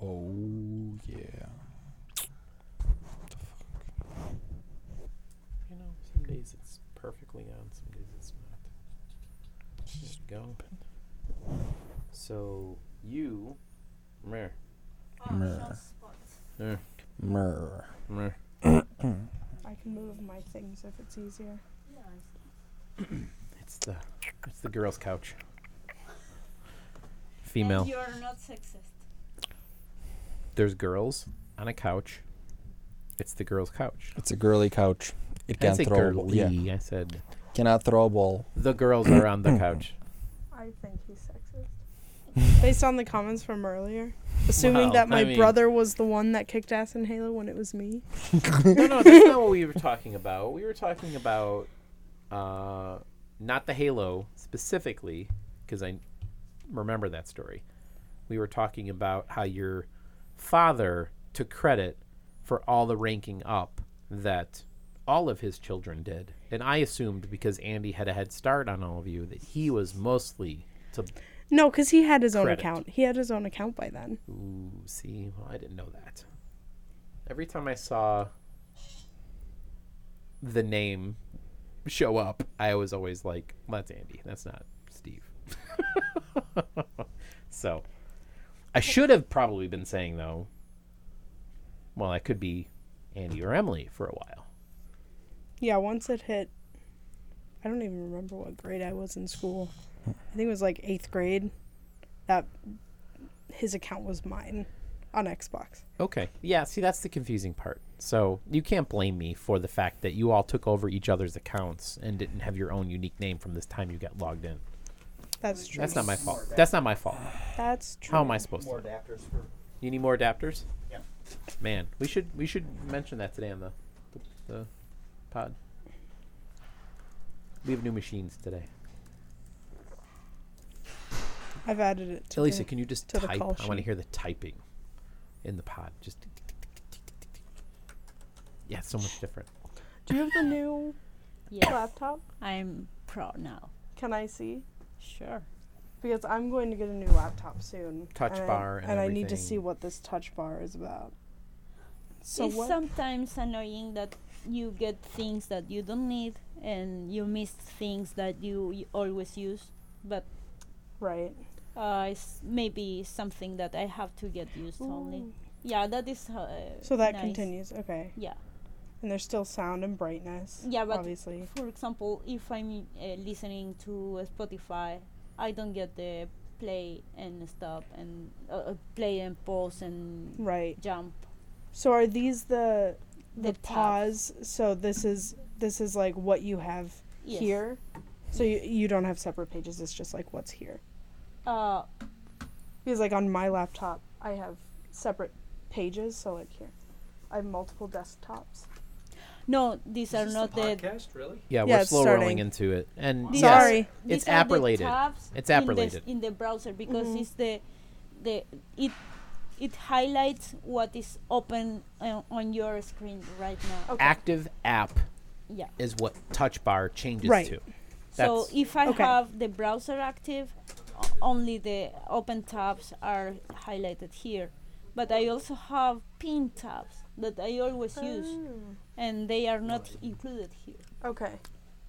Oh yeah. You know, some days it's perfectly on, some days it's not. Just go. So you, mer, Oh, Mer. shell spots. mer, Mer. mer. I can move my things if it's easier. Yeah, I It's the it's the girl's couch. see. Female. And you are not sexist. There's girls on a couch. It's the girl's couch. It's a girly couch. It I can't said throw a ball. girly. Yeah. I said Cannot throw a ball. the girls are on the couch. I think he's sexist. Based on the comments from earlier, assuming Wow, that my I mean- brother was the one that kicked ass in Halo when it was me. no, no, that's not what we were talking about. We were talking about uh, not the Halo specifically, because I remember that story. We were talking about how your father took credit for all the ranking up that all of his children did, and I assumed because Andy had a head start on all of you that he was mostly to No, because he had his own Credit. account. He had his own account by then. Ooh, see, well, I didn't know that. Every time I saw the name show up, I was always like, well, "That's Andy. That's not Steve." so, I should have probably been saying though, "Well, I could be Andy or Emily for a while." Yeah, once it hit, I don't even remember what grade I was in school. I think it was like eighth grade. That his account was mine on Xbox. Okay. Yeah, see that's the confusing part. So, you can't blame me for the fact that you all took over each other's accounts and didn't have your own unique name from this time you got logged in. That's true. That's not my fault. That's not my fault. That's true. How am I supposed More to? adapters for. You need more adapters? Yeah. Man, we should we should mention that today on the the, the pod. We have new machines today. I've added it to. Elisa, the- can you just to the type? call I want to sheet. hear the typing in the pod. Just tick, tick, tick, tick, tick, tick, tick, tick. yeah, it's so much different. Do you have the new Yes, laptop? I'm pro now. Can I see? Sure. Because I'm going to get a new laptop soon. Touch and I- bar and I need to see everything. what this touch bar is about. So it's what? sometimes annoying that you get things that you don't need and you miss things that you y- always use. But right. uh, it's maybe something that I have to get used only. Ooh. Yeah, that is. Uh, So that nice. continues. Okay. Yeah. And there's still sound and brightness. Yeah, but obviously. for example, if I'm uh, listening to uh, Spotify, I don't get the play and stop and uh, uh, play and pause and Right. jump. So are these the the, The tabs. pause? So this is this is like what you have Yes. here. So you, you don't have separate pages. It's just like what's here. Uh, Because like on my laptop, I have separate pages. So like here, I have multiple desktops. no, these are not the. podcast, really? Yeah, Yeah, we're it's slow starting. rolling into it. And These yes, Sorry. these it's are app the related. tabs It's app in the s- related. in the browser because Mhm. it's the the it it highlights what is open uh, on your screen right now. Okay. Active app Yeah. is what touch bar changes Right. to. So That's- if I Okay. have the browser active, o- only the open tabs are highlighted here. But I also have pin tabs that I always Ah. use, and they are not included here. Okay.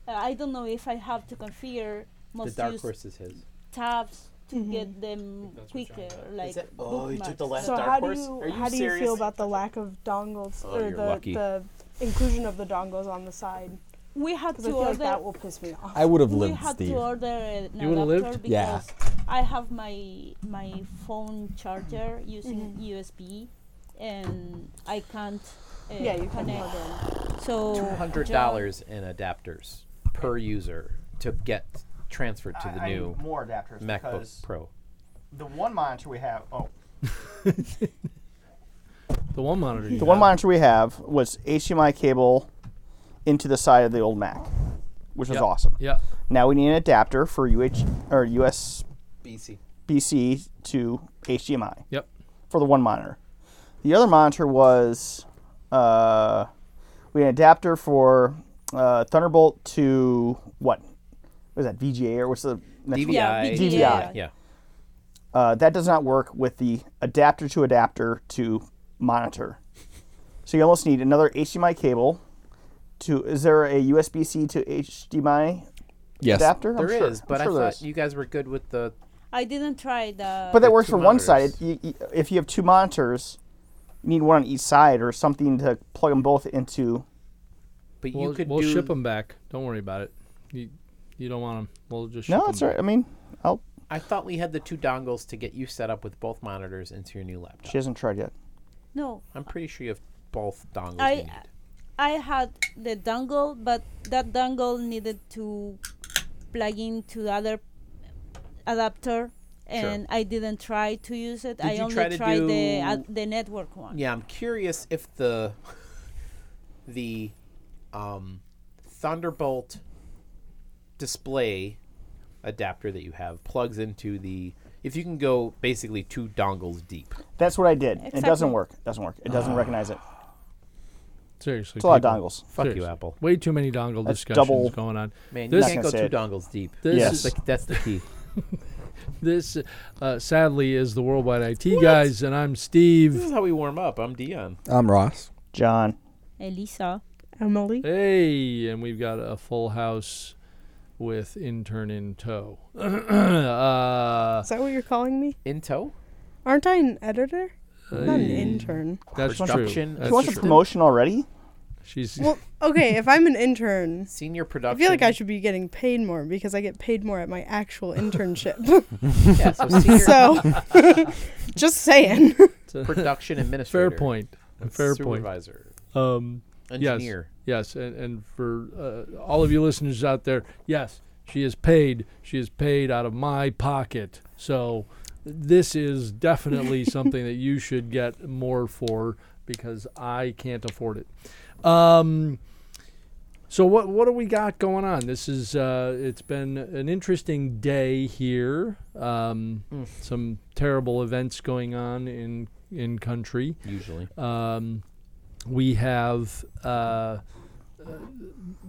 Uh, I don't know if I have to configure The most dark used horse is his. tabs to Mhm. get them that's what John quicker, got. like it- Oh, you took the bookmarks. last So dark how do horse. you, Are you how do you serious? feel about the lack of dongles Oh, or you're the, lucky. the inclusion of the dongles on the side? We had Because to I feel like order. that will piss me off. I would have We lived, had Steve. to order an You would've adapter lived? because Yeah. I have my my phone charger using Mm-hmm. USB, and I can't. Uh, yeah, you can connect. plug in. So two hundred dollars in adapters per user to get transferred to the I- I new need more adapters MacBook because Pro. the one monitor we have. Oh, The one monitor. the one monitor we have was HDMI cable into the side of the old Mac, which was Yep. awesome. Yeah. Now we need an adapter for UH or USB BC. to HDMI. Yep. for the one monitor. The other monitor was uh, we had an adapter for uh, Thunderbolt to what was that VGA or what's the next DVI. Yeah, DVI. Yeah. Uh, that does not work with the adapter to adapter to monitor. So you almost need another HDMI cable. To is there a USB C to HDMI Yes. adapter? There is, sure- but sure I there thought is. you guys were good with the. I didn't try the. But that works two for one side. monitors. You- you- If you have two monitors, you need one on each side or something to plug them both into. But We'll, you could we'll do, ship them back. Don't worry about it. You, you don't want them. We'll just ship No, that's 'em all right. I mean, oh, I'll, I thought we had the two dongles to get you set up with both monitors into your new laptop. she hasn't tried yet. no, I'm pretty sure you have both dongles. I- you need. I had the dongle, but that dongle needed to plug into the other adapter, and I didn't try to use it. I you only try to tried the do- ad the network one. Yeah, I'm curious if the the um, Thunderbolt display adapter that you have plugs into the if you can go basically two dongles deep. That's what I did. It doesn't Exactly. work. It doesn't work. It doesn't recognize it. back. Seriously. It's a lot of people. dongles. Fuck Seriously. you, Apple. Way too many dongle That's discussions double- going on. Man, This- you can't Not go gonna two say dongles deep. This Yes. is Like, that's the key. This, uh, sadly, is the Worldwide IT guys, and I'm Steve. this is how we warm up. I'm Dion. I'm Ross. John. Elisa. Emily. Hey, and we've got a full house with intern in tow. uh, Is that what you're calling me? In tow? Aren't I an editor? I'm not an intern. that's true. Production That's She wants a true. promotion already? She's Well, okay, if I'm an intern, Senior I production. feel like I should be getting paid more because I get paid more at my actual internship. Yeah, so senior so, just saying. production administrator. fair point. Fair point. Supervisor. Um, yes. Engineer. Yes, and, and for uh, all of you listeners out there, yes, she is paid. She is paid out of my pocket. So this is definitely something that you should get more for because I can't afford it. Um, so what what do we got going on? This is uh, it's been an interesting day here. Um, Some terrible events going on in in country. Usually. Um, we have uh, uh,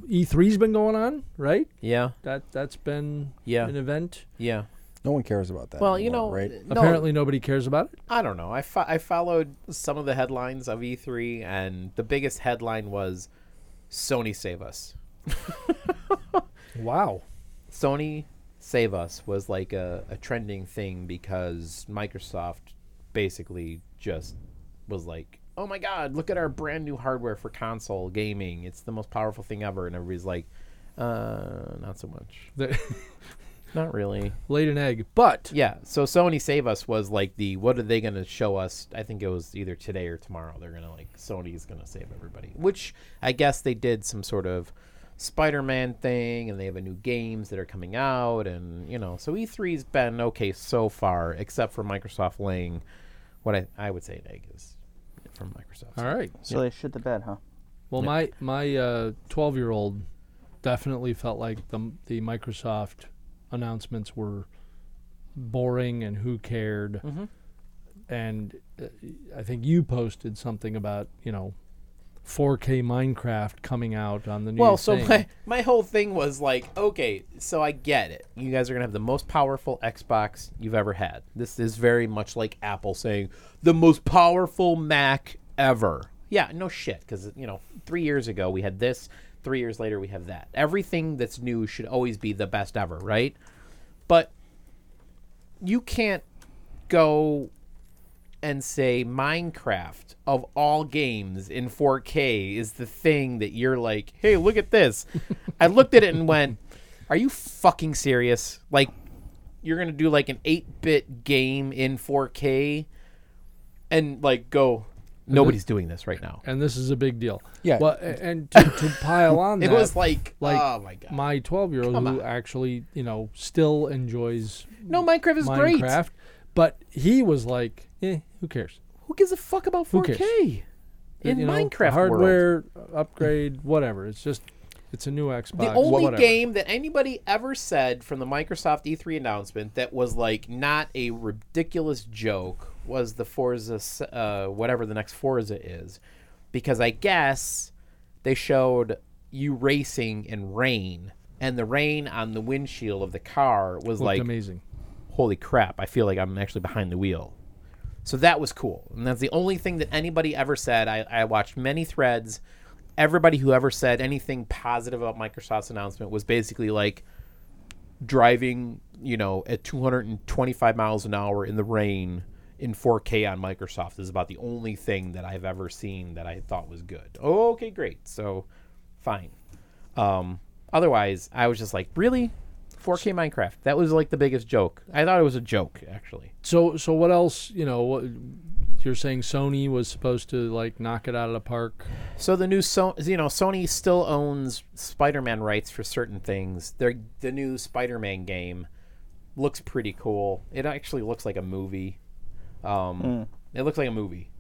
E3's been going on, right? Yeah. That that's been Yeah. an event. Yeah. No one cares about that. Well, you know, anymore, right? no, Apparently, nobody cares about it. I don't know. I, fo- I followed some of the headlines of E3, and the biggest headline was Sony save us. Wow. Sony save us was like a, a trending thing because Microsoft basically just was like, oh my God, look at our brand new hardware for console gaming. It's the most powerful thing ever. And everybody's like, uh, not so much. They Not really. laid an egg, but Yeah. So Sony Save Us was like the what are they going to show us? I think it was either today or tomorrow. They're going to like Sony's going to save everybody. Which I guess they did some sort of Spider-Man thing and they have a new games that are coming out and you know. So E3's been okay so far except for Microsoft laying what I I would say an egg is from Microsoft. all right. So they shit the bed, huh? Well, my my twelve year old definitely felt like the the Microsoft announcements were boring and who cared. Mm-hmm. And uh, I think you posted something about you know 4K Minecraft coming out on the new Well, so thing. my, my whole thing was like, okay, so I get it. You guys are gonna have the most powerful Xbox you've ever had. This is very much like Apple saying the most powerful Mac ever. Yeah, no shit, because you know, three years ago we had this. Three years later we have that. Everything that's new should always be the best ever, right? But you can't go and say Minecraft of all games in 4K is the thing that you're like, hey, look at this. I looked at it and went, are you fucking serious? Like, you're going to do like an 8 bit game in 4K and like go, nobody's doing this right now. and this is a big deal. Yeah. Well, a- and to, to pile on It that, was like, like, oh my God. my 12 year old Come who on. actually you know still enjoys no, Minecraft is great. Minecraft, but he was like, eh, who cares? Who gives a fuck about Who cares? 4K? In You know, Minecraft world. hardware upgrade, whatever. It's just it's a new Xbox. The only whatever. game that anybody ever said from the Microsoft E3 announcement that was like not a ridiculous joke was the Forza, s- uh, whatever the next Forza is, because I guess they showed you racing in rain, and the rain on the windshield of the car was looked like amazing. holy crap, I feel like I'm actually behind the wheel. So that was cool. And that's the only thing that anybody ever said. I, I watched many threads. Everybody who ever said anything positive about Microsoft's announcement was basically like driving, you know, at 225 miles an hour in the rain in 4K on Microsoft is about the only thing that I've ever seen that I thought was good. Oh, okay, great. So fine. Um, otherwise, I was just like, really? 4K Minecraft. That was like the biggest joke. I thought it was a joke, actually. So so what else? You know, what, you're saying Sony was supposed to like knock it out of the park. So the new so you know Sony still owns Spider-Man rights for certain things. Their the new Spider-Man game looks pretty cool. It actually looks like a movie. Um, It looks like a movie.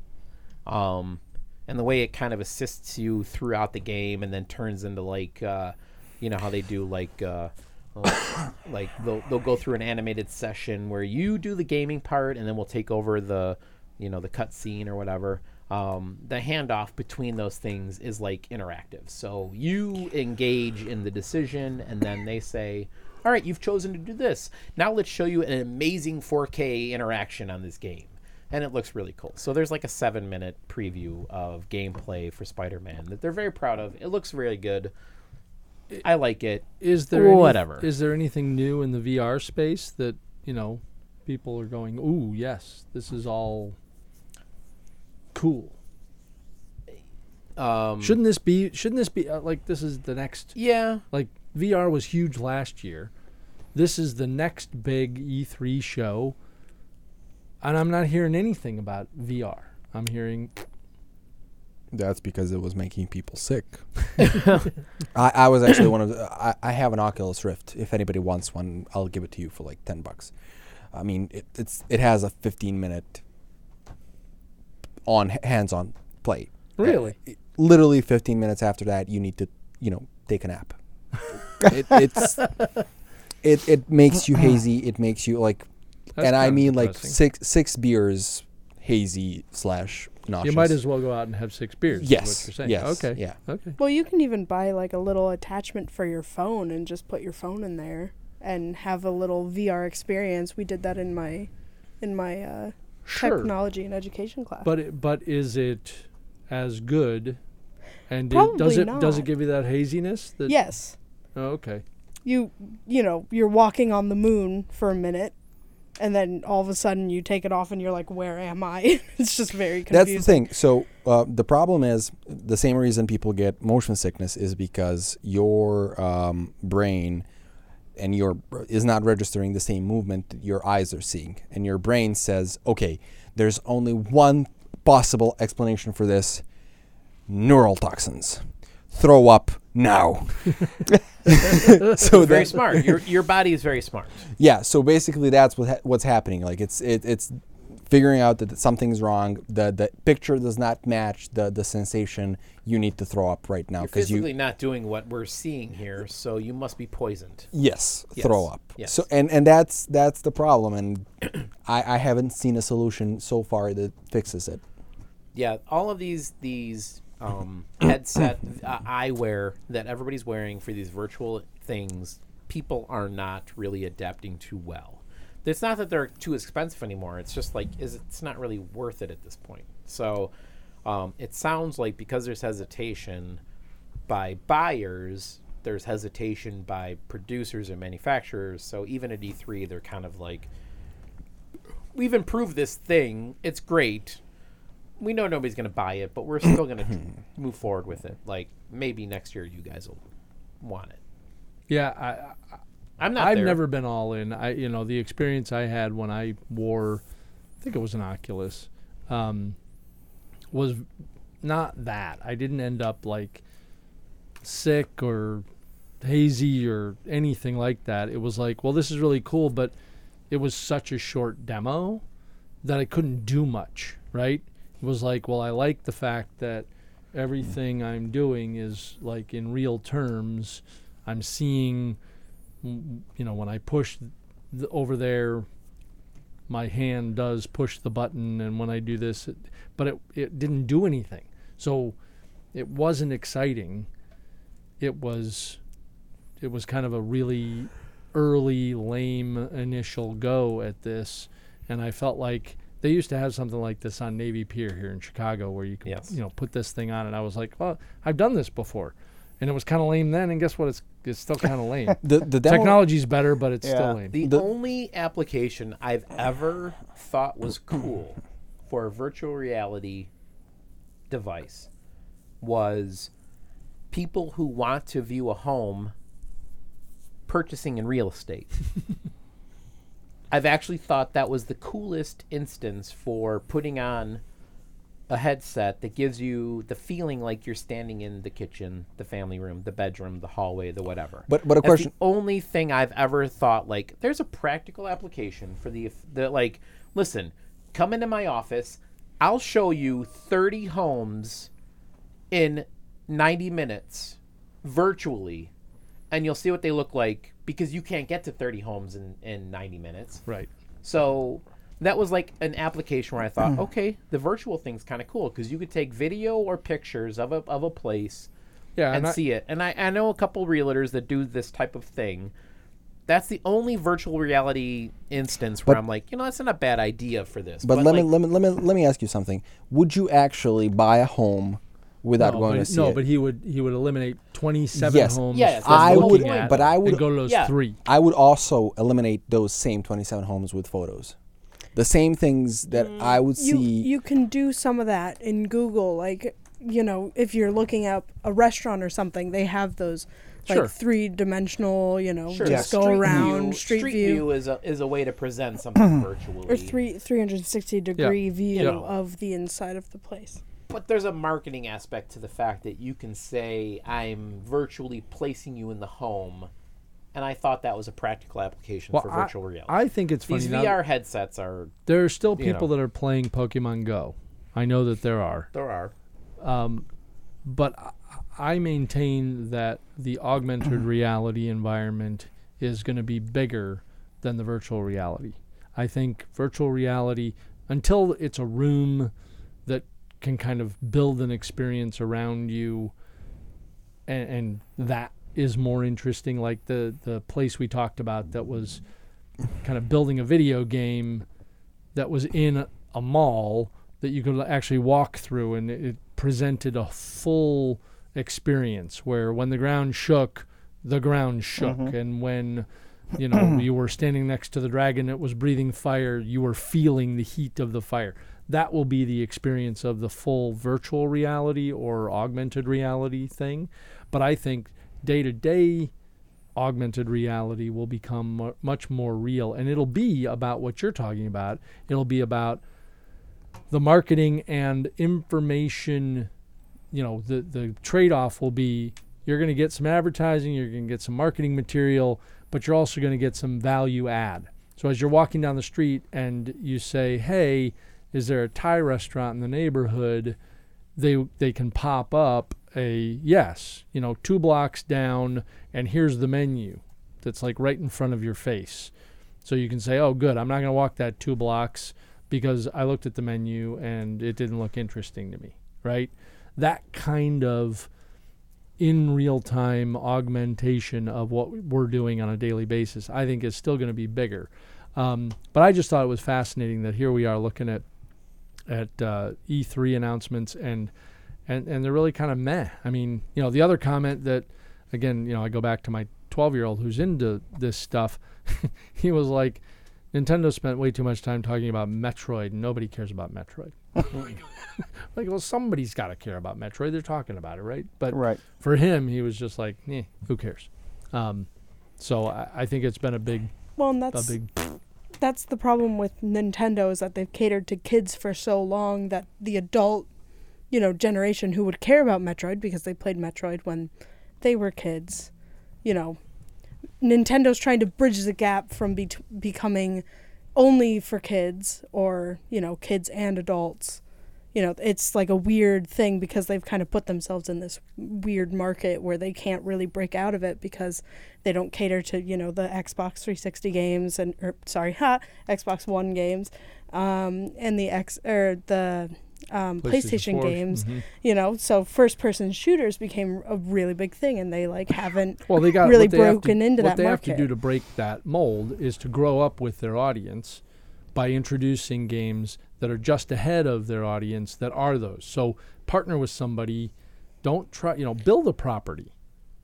Um, and the way it kind of assists you throughout the game and then turns into like uh, you know how they do like uh, uh, like they'll they'll go through an animated session where you do the gaming part and then we'll take over the you know the cutscene or whatever. Um, the handoff between those things is like interactive. So you engage in the decision and then they say, "All right, you've chosen to do this. Now let's show you an amazing 4K interaction on this game." and it looks really cool. So there's like a seven minute preview of gameplay for Spider Man that they're very proud of. It looks really good. I like it. Is there any- Whatever. is there anything new in the VR space that you know people are going? Ooh, yes, this is all cool. Um, Shouldn't this be? Shouldn't this be uh, like this is the next yeah, like VR was huge last year. This is the next big E3 show, and I'm not hearing anything about VR. I'm hearing That's because it was making people sick. I, I was actually one of the, I, I have an Oculus Rift. If anybody wants one, I'll give it to you for like 10 bucks. I mean, it, it's it has a 15 minute on hands-on play. really. It- literally 15 minutes after that, you need to, you know, take a nap. it, it's it it makes you hazy. It makes you like, That's and I kind of mean like depressing. six six beers hazy slash nauseous. You might as well go out and have six beers. is Yes. What you're saying. Yes. Okay. Yeah. Okay. Well, you can even buy like a little attachment for your phone and just put your phone in there and have a little VR experience. We did that in my in my uh, Sure. technology and education class. But it, but is it as good? And it, does Probably it does it not. give you that haziness? That, yes, Oh, okay. you you know you're walking on the moon for a minute, and then all of a sudden you take it off and you're like, where am I? it's just very That's confusing. the thing. So uh, the problem is the same reason people get motion sickness is because your um, brain and your br- is not registering the same movement that your eyes are seeing, and your brain says, "Okay, there's only one possible explanation for this: neural toxins. Throw up now." so very that- smart. Your your body is very smart. yeah, so basically that's what ha- what's happening. Like it's it, it's figuring out that something's wrong. The the picture does not match the the sensation. You need to throw up right now You're because physically you not doing what we're seeing here, so you must be poisoned. yes, throw Yes, up. yes. So and and that's that's the problem. And I I haven't seen a solution so far that fixes it. yeah, all of these these um, headset uh, eyewear that everybody's wearing for these virtual things, people are not really adapting to well. It's not that they're too expensive anymore. It's just like is it's not really worth it at this point. So um, it sounds like because there's hesitation by buyers, there's hesitation by producers and manufacturers. So even at E3, they're kind of like, we've improved this thing. It's great we know nobody's going to buy it, but we're still going to move forward with it. Like maybe next year you guys will want it. Yeah. I, I'm not. I've there. never been all in. I you know the experience I had when I wore, I think it was an Oculus, um, was not that. I didn't end up like sick or hazy or anything like that. It was like, well, this is really cool, but it was such a short demo that I couldn't do much. Right? It was like, well, I like the fact that everything I'm doing is like in real terms. I'm seeing you know when I push th- over there, my hand does push the button, and when I do this, it, but it it didn't do anything. So it wasn't exciting. It was it was kind of a really early lame initial go at this, and I felt like they used to have something like this on Navy Pier here in Chicago, where you could Yes. you know put this thing on, and I was like, well, I've done this before, and it was kind of lame then, and guess what? It's it's still kind of lame. The the demo, Technology's better, but it's Yeah. still lame. The, The- only application I've ever thought was cool for a virtual reality device was people who want to view a home purchasing in real estate. I've actually thought that was the coolest instance for putting on a headset that gives you the feeling like you're standing in the kitchen, the family room, the bedroom, the hallway, the whatever. But- but a That's question- the only thing I've ever thought like there's a practical application for the the like listen, come into my office, I'll show you 30 homes in 90 minutes virtually and you'll see what they look like because you can't get to 30 homes in, in 90 minutes. Right. So that was like an application where I thought, okay, the virtual thing's kind of cool because you could take video or pictures of a, of a place Yeah, and I- see it. And I, I know a couple realtors that do this type of thing. That's the only virtual reality instance where I'm like, you know, that's not a bad idea for this. but let, like, me, let me let me let me ask you something. Would you actually buy a home without No, going but, to see no, it? but he would he would eliminate twenty seven Yes. homes. Yes, from that's I the whole would, looking at but it I would and go to those Yeah. three. I would also eliminate those same 27 homes with photos. The same things that I would you see. you can do some of that in Google, like you know, if you're looking up a restaurant or something, they have those like Sure. three dimensional, you know, sure, just the go street around view, street, view, is a is a way to present something virtually. or three three hundred sixty degree view Yeah. of the inside of the place. But there's a marketing aspect to the fact that you can say, I'm virtually placing you in the home. And I thought that was a practical application Well, for I- virtual reality. I think it's funny. These now- VR headsets are, there are still you know. people that are playing Pokemon Go. I know that there are, there are. but I- I maintain that the augmented reality environment is going to be bigger than the virtual reality. I think virtual reality, until it's a room that can kind of build an experience around you, and, and that is more interesting. Like the the place we talked about that was kind of building a video game that was in a, a mall that you could actually walk through, and it, it presented a full experience where when the ground shook, the ground shook, and when you know you were standing next to the dragon that was breathing fire, you were feeling the heat of the fire. That will be the experience of the full virtual reality or augmented reality thing. But I think day to day augmented reality will become mu- much more real and it'll be about what you're talking about it'll be about the marketing and information you know the the trade-off will be you're going to get some advertising you're going to get some marketing material but you're also going to get some value add so as you're walking down the street and you say hey is there a thai restaurant in the neighborhood they they can pop up a yes you know two blocks down and here's the menu that's like right in front of your face so you can say, "Oh, good, I'm not going to walk that two blocks because I looked at the menu and it didn't look interesting to me." Right? That kind of in real time augmentation of what we're doing on a daily basis, I think, is still going to be bigger. Um, but I just thought it was fascinating that here we are looking at at uh, E3 announcements and and and they're really kind of meh. I mean, you know, the other comment that again, you know, I go back to my 12-year-old who's into this stuff. he was like Nintendo spent way too much time talking about Metroid. and Nobody cares about Metroid. like, well, somebody's got to care about Metroid. They're talking about it, right? But Right. for him, he was just like, eh, who cares? Um, so I, I think it's been a big, Well, and a that's big. that's the problem with Nintendo is that they've catered to kids for so long that the adult, you know, generation who would care about Metroid because they played Metroid when they were kids, you know, Nintendo's trying to bridge the gap from be- becoming only for kids or, you know, kids and adults. You know, it's like a weird thing because they've kind of put themselves in this weird market where they can't really break out of it because they don't cater to, you know, the Xbox 360 games er, and or sorry, ha, Xbox One games um and the X or the um, PlayStation PlayStation, 4. games, Mhm. you know. So first person shooters became a really big thing, and they like haven't. Well, they got really what they have to- broken into what that they have to do market. to break that mold is to grow up with their audience by introducing games that are just ahead of their audience that are those. So partner with somebody. Don't try. You know, build a property.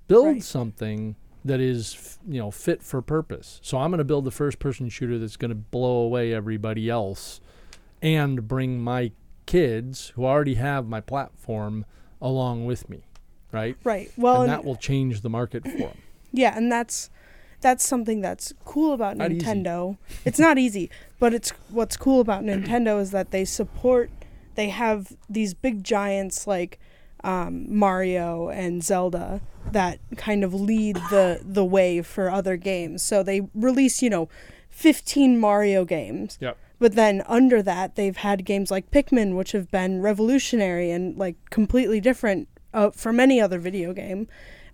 Build Right. something that is f- you know fit for purpose. So I'm going to build the first person shooter that's going to blow away everybody else, and bring my kids who already have my platform along with me, right? Right. Well, and and that will change the market for them. yeah, and that's that's something that's cool about Not easy. Nintendo. it's not easy, but it's what's cool about Nintendo is that they support. They have these big giants like um, Mario and Zelda that kind of lead the the way for other games. So they release, you know, 15 Mario games. Yep. But then under that, they've had games like Pikmin, which have been revolutionary and like completely different uh, from any other video game.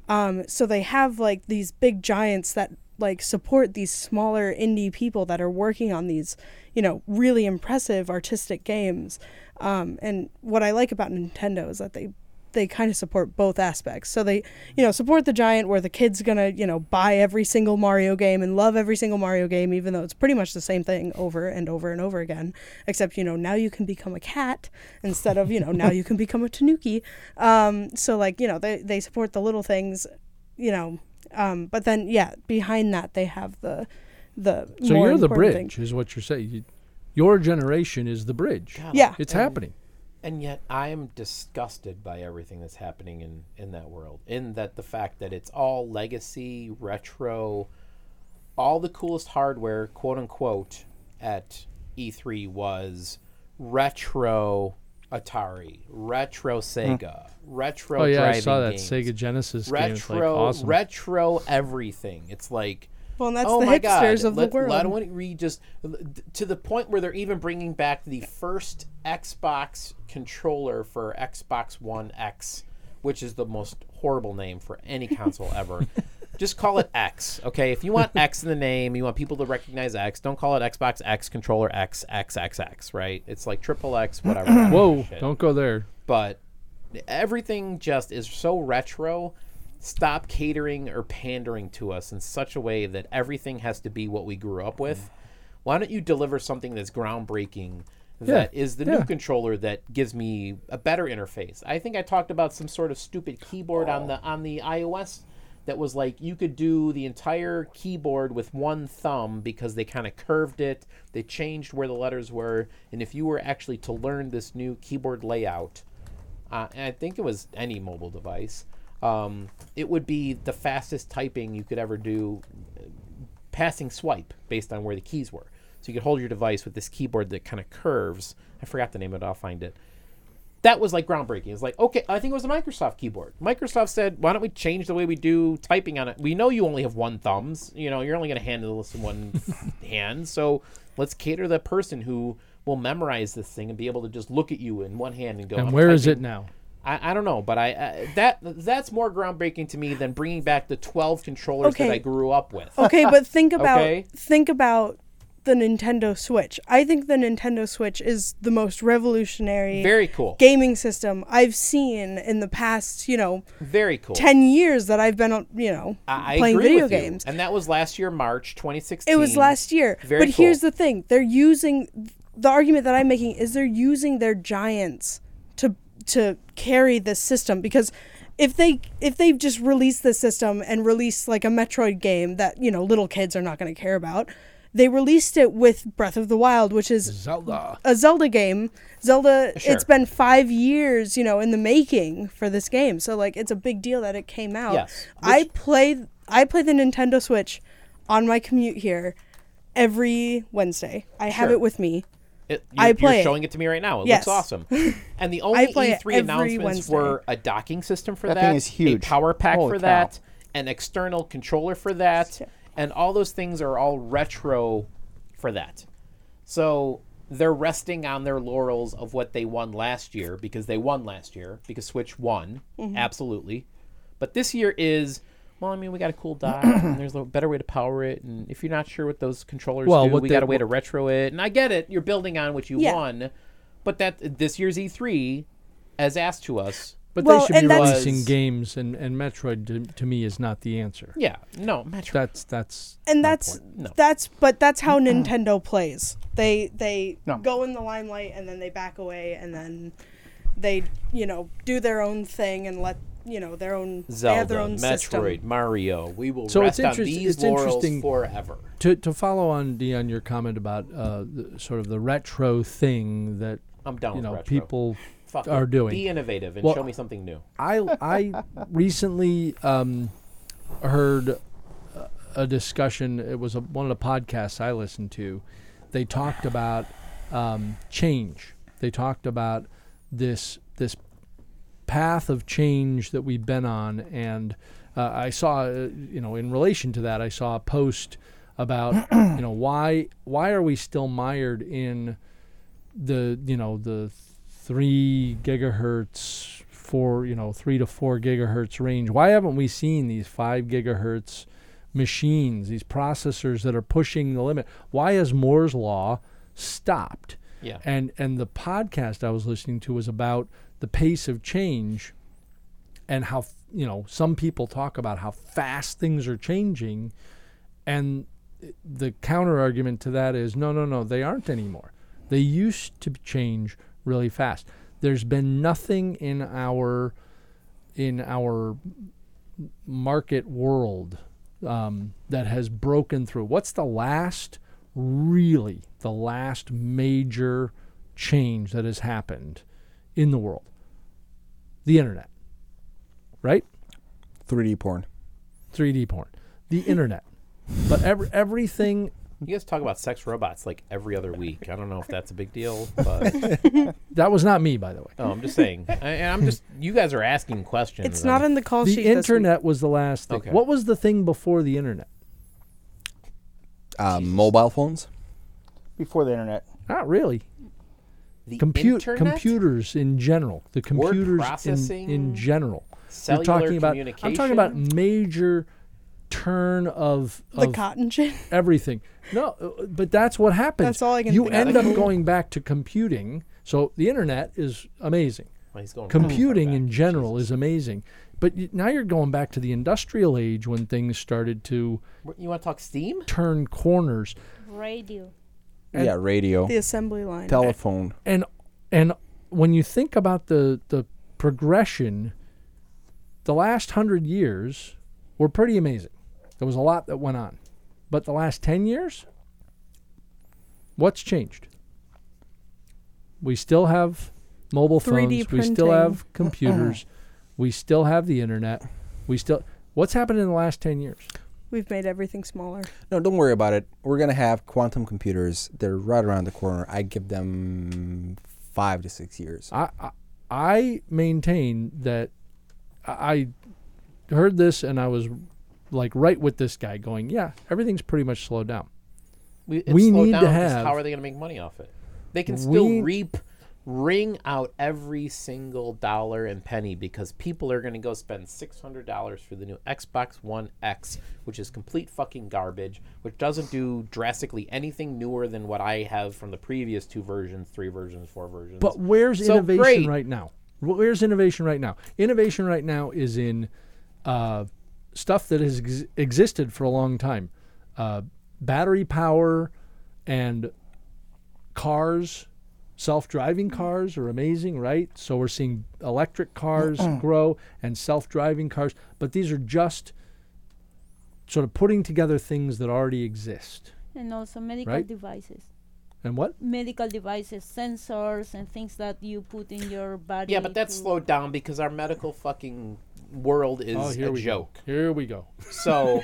Um, so they have like these big giants that like support these smaller indie people that are working on these, you know, really impressive artistic games. Um, and what I like about Nintendo is that they they kind of support both aspects. So they, you know, support the giant where the kid's gonna, you know, buy every single Mario game and love every single Mario game, even though it's pretty much the same thing over and over and over again. Except, you know, now you can become a cat instead of, you know, now you can become a tanuki. Um, so like, you know, they they support the little things, you know, um, but then yeah, behind that they have the the So more you're the important bridge, thing. is what you're saying. You- your generation is the bridge. God, Yeah. It's and- happening. And yet, I'm disgusted by everything that's happening in in that world. In that the fact that it's all legacy, retro, all the coolest hardware, quote unquote, at E3 was retro Atari, retro Sega, retro. Hmm. Oh yeah, I driving saw that games, Sega Genesis game. It's like Retro, awesome. retro everything. It's like Well, and that's oh the my hipsters God. of let, the world. Let one read just to the point where they're even bringing back the first Xbox controller for Xbox One X, which is the most horrible name for any console ever. Just call it X, okay? If you want X in the name, you want people to recognize X. Don't call it Xbox X controller X X X X, right? It's like triple X, whatever. that Whoa! shit Don't go there. but everything just is so retro. Stop catering or pandering to us in such a way that everything has to be what we grew up with. Why don't you deliver something that's groundbreaking? That is the yeah. new controller that gives me a better interface. I think I talked about some sort of stupid keyboard on the on the iOS that was like you could do the entire keyboard with one thumb because they kind of curved it, they changed where the letters were, and if you were actually to learn this new keyboard layout, uh, and I think it was any mobile device, um, it would be the fastest typing you could ever do, uh, passing swipe based on where the keys were. So you could hold your device with this keyboard that kind of curves. I forgot the name of it. I'll find it that was like groundbreaking. It's like, okay, I think it was a Microsoft keyboard. Microsoft said, why don't we change the way we do typing on it? We know you only have one thumbs. You know, you're only going to handle this in one hand. So let's cater to the person who will memorize this thing and be able to just look at you in one hand and go. And "I'm where is typing." it now? I, I don't know, but I uh, that that's more groundbreaking to me than bringing back the 12 controllers Okay. that I grew up with. okay, but think about Okay. think about the Nintendo Switch. I think the Nintendo Switch is the most revolutionary Very cool. gaming system I've seen in the past, you know, Very cool. 10 years that I've been, on you know, I, I playing agree video with you. games. And that was last year, March 2016. It was last year. Very but here's cool. the thing. They're using the argument that I'm making is they're using their giants to to carry this system because if they if they just release this system and release like a Metroid game that, you know, little kids are not going to care about, they released it with Breath of the Wild, which is Zelda. a Zelda game. Zelda, Sure. it's been five years, you know, in the making for this game. So like, it's a big deal that it came out. Yes. I play I play the Nintendo Switch on my commute here every Wednesday. I have Sure. it with me. It, you, I play You're it. showing it to me right now. It Yes. looks awesome. And the only play it E3 every announcements Wednesday. were a docking system for that, That thing is huge. a power pack Holy for cow. that, an external controller for that, and all those things are all retro for that. So they're resting on their laurels of what they won last year because they won last year because Switch won Mm-hmm. absolutely, but this year is. Well, I mean, we got a cool dock, and there's a better way to power it. And if you're not sure what those controllers Well, do, what we they- got a way to retro it. And I get it; you're building on what you Yeah. won, But that this year's E3, as asked to us, But Well, they should be and that's- releasing games, and, and Metroid to, to me is not the answer. yeah, no, Metroid. That's that's and my that's point. No. that's but that's how Nintendo plays. They they No. go in the limelight and then they back away and then they you know do their own thing and let you know their own they have Zelda, their own Metroid, system. Mario. We will So rest it's on interest- these it's laurels interesting- forever. to to follow on Dion your comment about uh, the, sort of the retro thing that I'm down you with know retro. people Fuck it. are doing. Be innovative and Well- show me something new. I I recently um, heard a- a discussion. It was a, one of the podcasts I listened to. They talked about um, change. They talked about this this path of change that we've been on, and uh, I saw uh, you know in relation to that, I saw a post about you know why why are we still mired in the you know the three gigahertz four you know three to four gigahertz range why haven't we seen these five gigahertz machines these processors that are pushing the limit why has moore's law stopped Yeah. and and the podcast i was listening to was about the pace of change and how f- you know some people talk about how fast things are changing and the counter argument to that is no no no they aren't anymore they used to change really fast there's been nothing in our in our market world um, that has broken through what's the last really the last major change that has happened in the world the internet right 3D porn. 3d porn the internet but every, everything You guys talk about sex robots like every other week. I don't know if that's a big deal, but that was not me by the way Oh, no, I'm just saying. I, and I'm just you guys are asking questions. It's not I'm- in the call the sheet. this week. internet was the last thing Okay. what was the thing before the internet Uh, mobile phones. before the internet. not really the Compute internet? computers in general the computers in, processing, in general cellular about i'm talking about communication. major turn of, the of cotton gin. everything. No, uh, but that's what happens. That's all I can You think of. end up going back to computing. So the internet is amazing. Well, he's going really far Computing in back. general is amazing. But y now you're going back to the industrial age when things started to What, You want to talk Steam? turn corners, radio. yeah, radio, The assembly line. telephone. and and when you think about the the progression, the last hundred years were pretty amazing. There was a lot that went on, but the last ten years, what's changed? We still have mobile 3D phones. We still printing. have computers. we still have the internet. We still. What's happened in the last ten years? We've made everything smaller. No, don't worry about it. We're gonna have quantum computers. They're right around the corner. I give them five to six years. I I- I maintain that I I heard this and I was like right with this guy going, yeah, everything's pretty much slowed down. We, it's We slowed need to down 'cause have- How are they going to make money off it? They can still We- reap, wring out every single dollar and penny because people are going to go spend six hundred dollars for the new Xbox One X, which is complete fucking garbage, which doesn't do drastically anything newer than what I have from the previous two versions, three versions, four versions. But where's So innovation great. right now? Where's innovation right now? Innovation right now is in uh, stuff that has ex- existed for a long time. Uh, battery power and cars, self-driving cars are amazing, right? So we're seeing electric cars grow and self-driving cars, but these are just sort of putting together things that already exist. And also medical Right. devices. And what? Medical devices, sensors, and things that you put in your body. yeah, but that's to- slowed down because our medical fucking world is Oh, here a we joke. go. Here we go. So,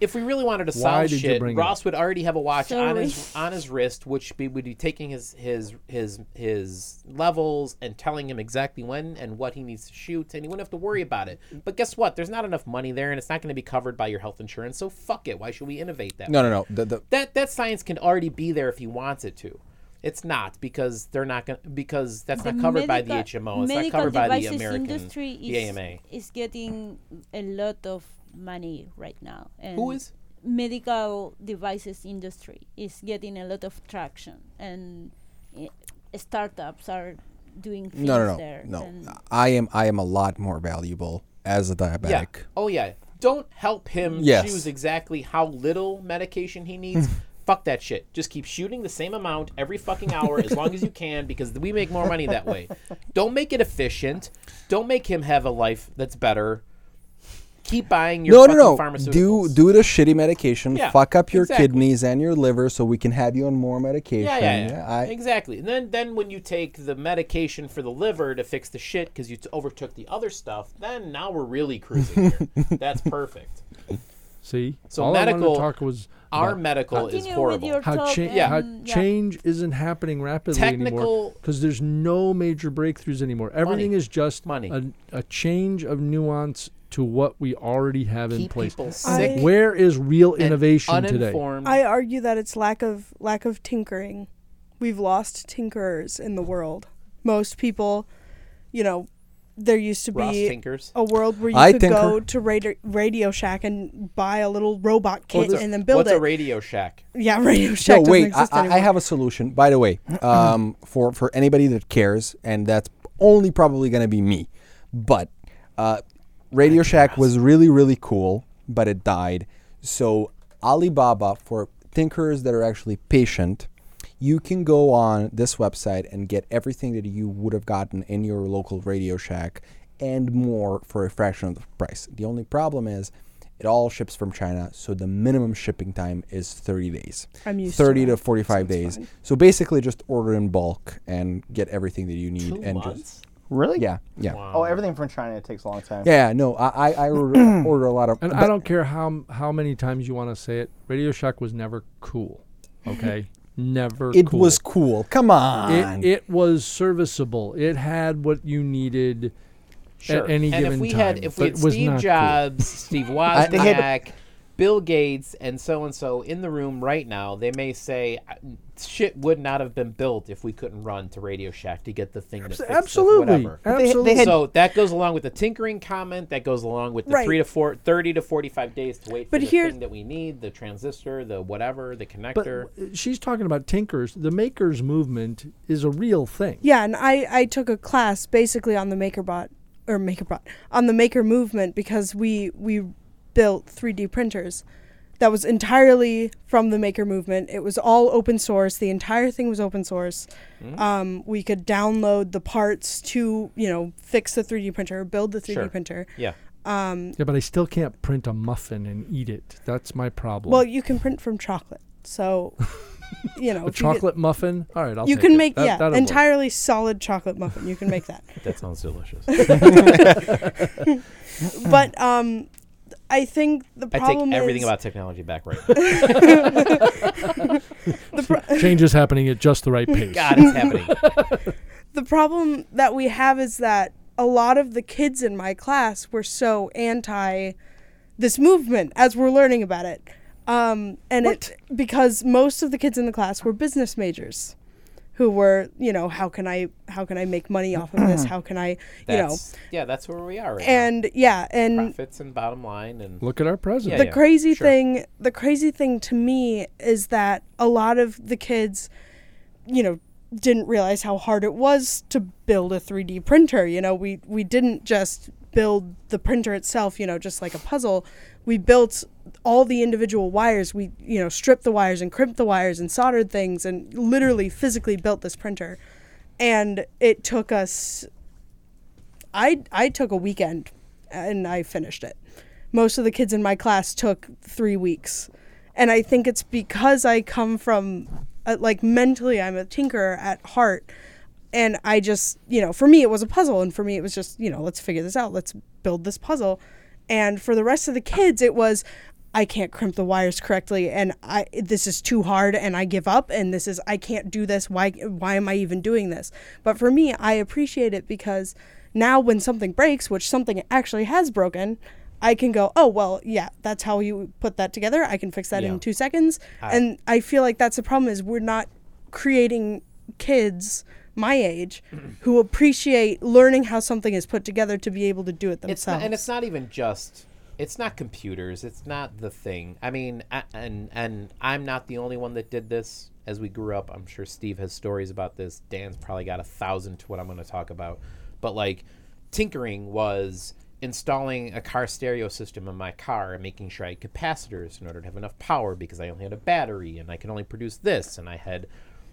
if we really wanted to Why solve did you shit, bring it Ross would already have a watch on Sorry. his on his wrist, which be, would be taking his his his his levels and telling him exactly when and what he needs to shoot, and he wouldn't have to worry about it. But guess what? There's not enough money there, and it's not going to be covered by your health insurance. So fuck it. Why should we innovate that? No, no, no. The, the, That that science can already be there if he wants it to. It's not because they're not going to because that's the not covered by the medical- HMO. It's not medical covered by the devices American E industry is, the AMA. is getting a lot of money right now. And Who is? medical devices industry is getting a lot of traction and i- eh, startups are doing things No, no, no, there. then- no. I am I am a lot more valuable as a Yeah. diabetic. Oh yeah. Don't help him Yes. choose exactly how little medication he needs. Fuck that shit. Just keep shooting the same amount every fucking hour as long as you can because we make more money that way. Don't make it efficient. Don't make him have a life that's better. Keep buying your No, fucking no, no. pharmaceuticals. Do do the shitty medication. Yeah, fuck up your exactly. kidneys and your liver so we can have you on more medication. yeah, yeah, yeah. I, exactly. And then, then when you take the medication for the liver to fix the shit because you t- overtook the other stuff, then now we're really cruising here. That's perfect. See, So all I wanted medical- to talk was Our about medical is Continue horrible. with your how, talk cha- and, Yeah. how yeah. change isn't happening rapidly anymore Technical- because there's no major breakthroughs anymore. Everything is just Money. A, a change of nuance to what we already have in Keep place. people I- sick. Where is real and innovation today? uninformed. I argue that it's lack of lack of tinkering. We've lost tinkerers in the world. Most people, you know, there used to Ross be Tinkers. a world where you I could tinker. go to radio, radio Shack and buy a little robot kit What's a, and then build what's it. a Radio Shack? yeah, Radio Shack. no, doesn't wait. I, exist I I anymore. have a solution. By the way, um, for for anybody that cares, and that's only probably gonna be me. But uh, Radio Shack was really really cool, but it died. So Alibaba for thinkers that are actually patient. You can go on this website and get everything that you would have gotten in your local Radio Shack and more for a fraction of the price. The only problem is it all ships from China, so the minimum shipping time is 30 days. I'm used to 30 to, that, 45 days. So basically just order in bulk and get everything that you need Two and just months? Really? Yeah, yeah. Oh, everything from China takes a long time. Yeah, yeah, no, I I, I order, order a lot of And but- I don't care how how many times you want to say it. Radio Shack was never cool. Okay, never. it cool. was cool. Come on. It, it was serviceable. It had what you needed. Sure. any and given if we time, had if but we had it was not Steve cool. Jobs, Steve they had- Wozniak, Bill Gates, and so and so in the room right now, they may say "Uh, shit would not have been built if we couldn't run to Radio Shack to get the thing. That Absolutely, Whatever. they absolutely. had- So that goes along with the tinkering comment. That goes along with the Right. three to four, 30 to forty-five days to wait for But the here- thing that we need, the transistor, the whatever, the But connector. w- she's talking about tinkers. The makers movement is a real thing. Yeah, and I, I took a class basically on the MakerBot or MakerBot on the maker movement because we we built 3D printers. That was entirely from the maker movement. It was all open source. The entire thing was open source. Hmm. Um, we could download the parts to you know fix the 3D printer, build the 3D Sure. printer. yeah. Yeah, but I still can't print a muffin and eat it. That's my problem. Well, you can print from chocolate, so you know a if you get- chocolate muffin. All right, I'll. You take can it. make That- yeah that'll work. entirely solid chocolate muffin. You can make that. That sounds delicious. but um, I think the Mm. I take problem everything is about technology back right now. Change is happening at just the right pace. God, it's happening. the problem that we have is that a lot of the kids in my class were so anti this movement as we're learning about it, um, and it because most of the kids in the class were business majors. Who were you know how can I how can I make money off of this how can I you That's, yeah, that's where we are right know and yeah and now. Profits and bottom line and Look at our president. the Yeah, crazy sure. thing the crazy thing to me is that a lot of the kids you know didn't realize how hard it was to build a 3D printer you know we we didn't just build the printer itself you know just like a puzzle we built all the individual wires we you know stripped the wires and crimped the wires and soldered things and literally physically built this printer and it took us I I took a weekend and I finished it. Most of the kids in my class took 3 weeks. And I think it's because I come from uh, like mentally I'm a tinkerer at heart and I just, you know, for me it was a puzzle and for me it was just, you know, let's figure this out. Let's build this puzzle. And for the rest of the kids it was I can't crimp the wires correctly and I this is too hard and I give up and this is I can't do this why why am I even doing this but for me I appreciate it because now when something breaks which something actually has broken I can go oh well yeah that's how you put that together I can fix that Yeah. in 2 seconds and I feel like that's the problem is we're not creating kids my age who appreciate learning how something is put together to be able to do it themselves It's not, and it's not even just. it's not computers. It's not the thing. I mean, I, and and I'm not the only one that did this. As we grew up, I'm sure Steve has stories about this. Dan's probably got a thousand to what I'm going to talk about. But like, tinkering was installing a car stereo system in my car and making sure I had capacitors in order to have enough power because I only had a battery and I could only produce this and I had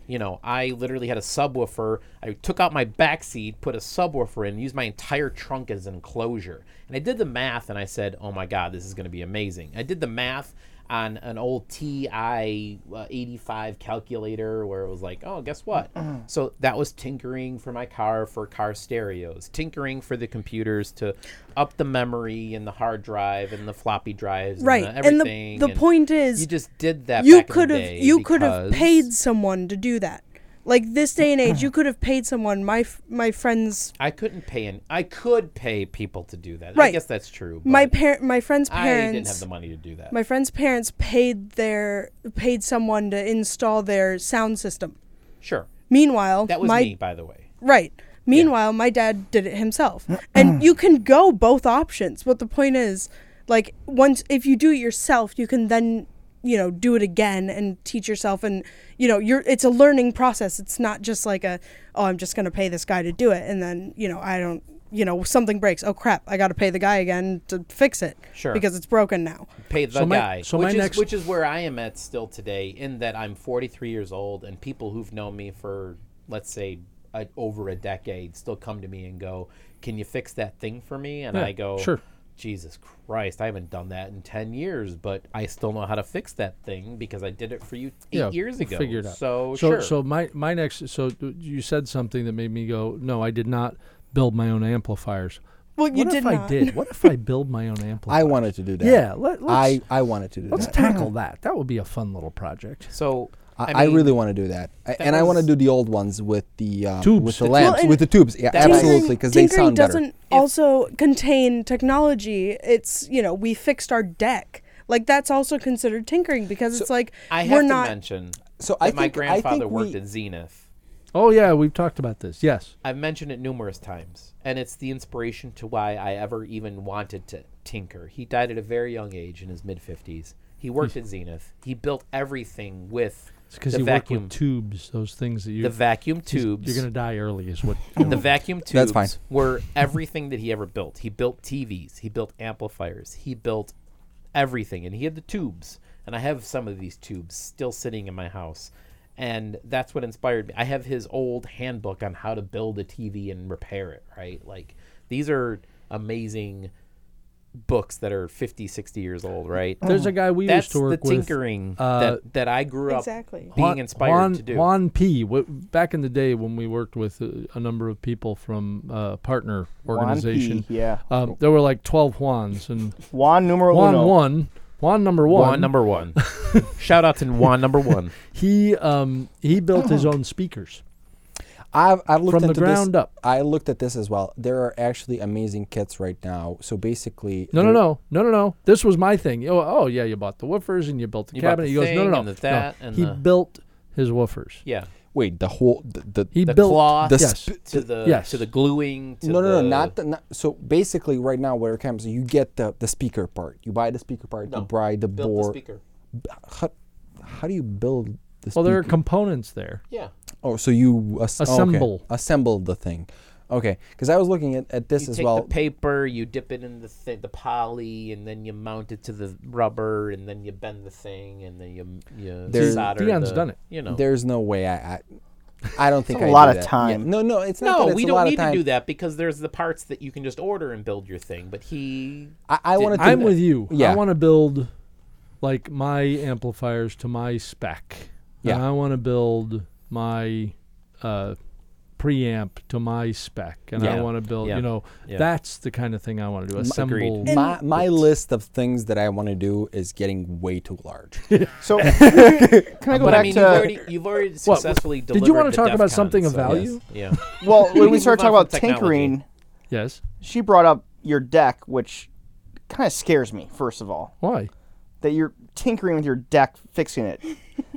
you know, I literally had a subwoofer. I took out my back seat, put a subwoofer in, used my entire trunk as an enclosure. And I did the math and I said, oh my God, this is going to be amazing. I did the math on an old TI uh, 85 calculator where it was like, oh, guess what? Mm-hmm. so that was tinkering for my car for car stereos, tinkering for the computers to up the memory and the hard drive and the floppy drives Right. and the And everything. the, the point is you just did that. you back in the could have day you could have because- paid someone to do that. Like this day and age, you could have paid someone. My f- my friends, I couldn't pay an. I could pay people to do that. I Right. guess that's true. my but parent, my friends' I parents, didn't have the money to do that. my friends' parents paid their paid someone to install their sound system. sure, Meanwhile, that was my me, by the way. Right. Meanwhile, my dad did it himself. and you can go both options. But the point is, like, once if you do it yourself, you can then, you know, do it again and teach yourself and you know, you're it's a learning process. It's not just like a oh, I'm just gonna pay this guy to do it and then, you know, I don't you know, something breaks. Oh crap, I gotta pay the guy again to fix it. Sure. Because it's broken now. Pay the So my- guy, so which my is next- which is where I am at still today. In that I'm 43 years old, and people who've known me for let's say a, over a decade still come to me and go, "Can you fix that thing for me?" And Yeah, I go, sure. Jesus Christ, I haven't done that in 10 years, but I still know how to fix that thing because I did it for you eight years we'll ago. Figure it out. So, so sure. so my my next so you said something that made me go, no, I did not build my own amplifiers. Well you what did if not I did? What if I build my own amplifier? I wanted to do that. Yeah, let, let's I, I wanted to do let's that. tackle that. That would be a fun little project. So I, mean, I really want to do that, I, and I want to was- do the old ones with the um, Tubes, with the the tubes. lamps, Well, with the tubes. Yeah, Tinkering- absolutely, because they tinkering sound doesn't better. also contain technology. It's you know we fixed our deck. Like that's also considered tinkering because it's like I have we're to not. mention So that I my think- I grandfather think worked we- at Zenith. Oh yeah, we've talked about this. Yes. I've mentioned it numerous times, and it's the inspiration to why I ever even wanted to tinker. He died at a very young age in his mid 50s. He worked at Zenith. He built everything with It's because the you vacuum, work with tubes, those things that you the vacuum he's- tubes. You're gonna die early, is what. the vacuum tubes Mm. That's fine. were everything that he ever built. He built TVs, he built amplifiers, he built everything, and he had the tubes. And I have some of these tubes still sitting in my house. And that's what inspired me. I have his old handbook on how to build a TV and repair it, right? Like these are amazing books that are 50, 60 years old, right? There's a guy we that's used to work the with, tinkering uh, that, that I grew up Exactly. being Juan- inspired Juan, to do. Juan P. W- back in the day when we worked with a, a number of people from uh, partner Juan organization, P. Yeah. um, there were like 12 Juans and Juan numero Juan uno. one, Juan number one. Oh, Juan number one. Shout out to Juan number one. he um, he built his own speakers. I've, I've looked From the into ground this. up. I looked at this as well. There are actually amazing kits right now. So basically, No, no, there- no, no, no, no. This was my thing. Oh, oh yeah, you bought the woofers and you built the You bought cabinet. the he goes, no, thing no, no. and the that no. and he the- built his woofers. Yeah. Wait, the whole the, the He the built cloth the yes. sp- to the yes. to the gluing. To no, no, the, no, not the. Not, so basically, right now, where it comes, you get the, the speaker part. You buy the speaker part. No. You buy the built the board. speaker. How, how do you build the well, there are speaker? components there. Yeah, Oh, so you as- okay. Assemble. assemble the thing. Okay, because I was looking at, at this you as take well. the paper, you dip it in the thi- the poly, and then you mount it to the rubber, and then you bend the thing, and then you you There's- solder. Dion's the- done it. You know, There's no way I. I, I don't think a I do lot of that. Yeah, time. No, no, it's not. no, that it's we a lot don't of need to time. do that because there's the parts that you can just order and build your thing. But he, I, I wanted to. I'm with you. I Yeah. want to build like my amplifiers to my spec. Yeah. And I want to build my uh, preamp to my spec, and I Yeah. want to build. Yeah. You know, Yeah. that's the kind of thing I want to do. Assemble. my my list of things that I want to do is getting way too large. So can I go but back I mean, to you've already you've already successfully did you delivered. wanna the talk about DEF CON, something of so- value? Yes. Yeah, well when we move started on talking about from technology. tinkering, Yes. she brought up your deck, which kind of scares me. First of all, Why? that you're tinkering with your deck, fixing it.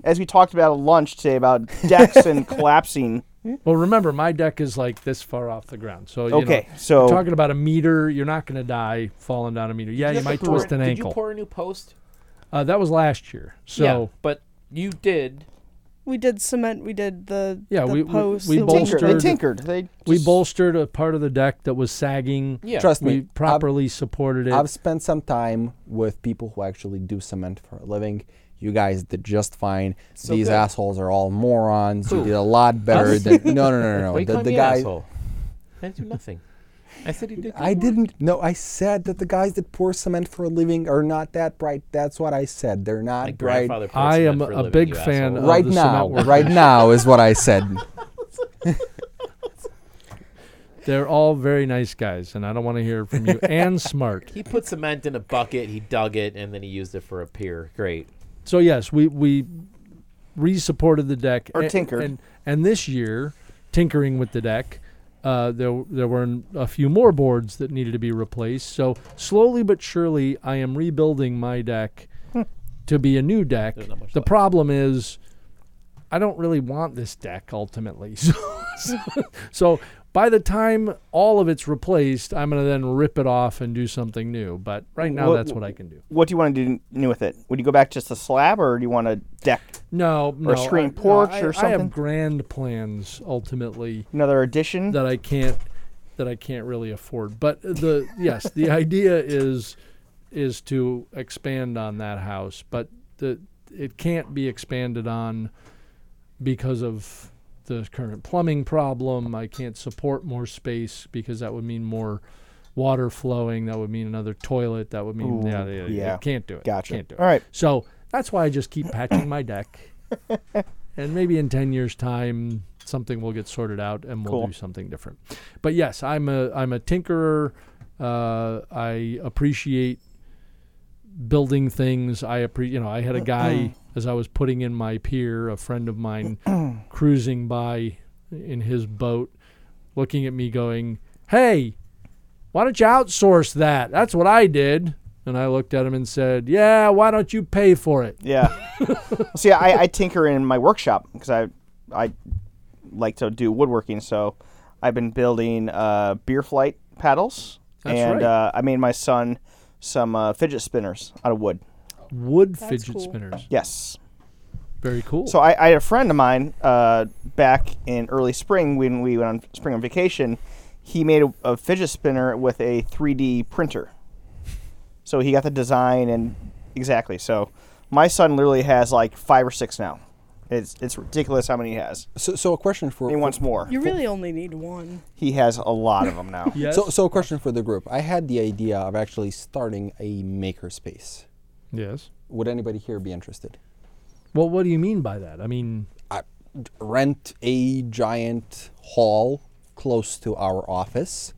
As we talked about at lunch today about decks and collapsing Well, remember, my deck is like this far off the ground. So, you Okay, know, so- you're talking about a meter. You're not going to die falling down a meter. Yeah, you, have to might pour- twist an did ankle. you pour a new post? uh, that was last year. So, yeah, but you did. We did cement. We did the Yeah, the we- we- post. we the Tinker, bolstered- they wall. tinkered. They we just- bolstered a part of the deck that was sagging. Yeah. Trust we me, properly supported it. I've spent some time with people who actually do cement for a living. You guys did just fine. These good. assholes are all morons. Who? You did a lot better Us? than no, no, no, no, Why no. you The, calling the me an guy. asshole? I didn't do nothing. I said he did. I didn't. No, I said that the guys that pour cement for a living are not that bright. That's what I said. They're not My bright. grandfather. puts I cement am for a living, big you fan asshole. of- Right the cement now, workers. right now is what I said. They're all very nice guys, and I don't want to hear from you. and smart. He put cement in a bucket. He dug it, and then he used it for a pier. Great. So yes, we we re-supported the deck Or and, tinkered. and and this year, tinkering with the deck, uh, there there were n- a few more boards that needed to be replaced. So slowly but surely, I am rebuilding my deck Hmm. to be a new deck. There's not much The left. problem is, I don't really want this deck ultimately. So so, so by the time all of it's replaced, I'm gonna then rip it off and do something new. But right now, What- that's what I can do. What do you want to do new with it? Would you go back just a slab, or do you want a deck, No, no. screen I- no, porch I- or I something? have grand plans ultimately another addition? that I can't that I can't really afford. But the yes, the idea is is to expand on that house, but the it can't be expanded on because of the current plumbing problem. I can't support more space because that would mean more water flowing. That would mean another toilet. That would mean Ooh, yeah, yeah, yeah. yeah. Can't do it. Gotcha. Can't do it. All right. So that's why I just keep patching my deck. and maybe in 10 years time something will get sorted out and we'll Cool. do something different. But yes, I'm a I'm a tinkerer. Uh, I appreciate building things. I appreciate, you know, I had a guy Hmm. as I was putting in my pier, a friend of mine cruising by in his boat looking at me going, "Hey, why don't you outsource that? That's what I did." And I looked at him and said, "Yeah, why don't you pay for it?" Yeah. See, I, I tinker in my workshop because I I like to do woodworking. So I've been building uh, beer flight paddles, That's and right. uh, I made my son some uh, fidget spinners out of wood. Wood That's fidget cool. spinners. Yes. Very cool. So I, I had a friend of mine uh, back in early spring when we went on spring on vacation. He made a, a fidget spinner with a 3D printer. So he got the design and exactly. So my son literally has like five or six now. It's it's ridiculous how many he has. So, so a question for He wants more. You really only need one. He has a lot of them now. yes. So, so a question for the group. I had the idea of actually starting a makerspace. yes. Would anybody here be interested? Well, what do you mean by that? I mean, I, rent a giant hall close to our office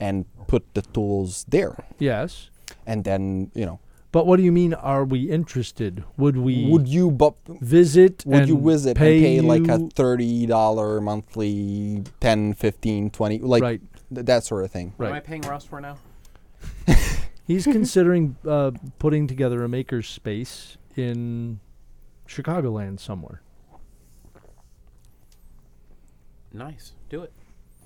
and put the tools there. yes. And then, you know, But what do you mean? Are we interested? Would we would you bu- visit? would and you visit and pay like a you- $30 monthly 10, 15, 20 like Right. th- that sort of thing. What am I right? paying Ross for now? He's considering uh, putting together a maker's space in Chicagoland somewhere. Nice. Do it.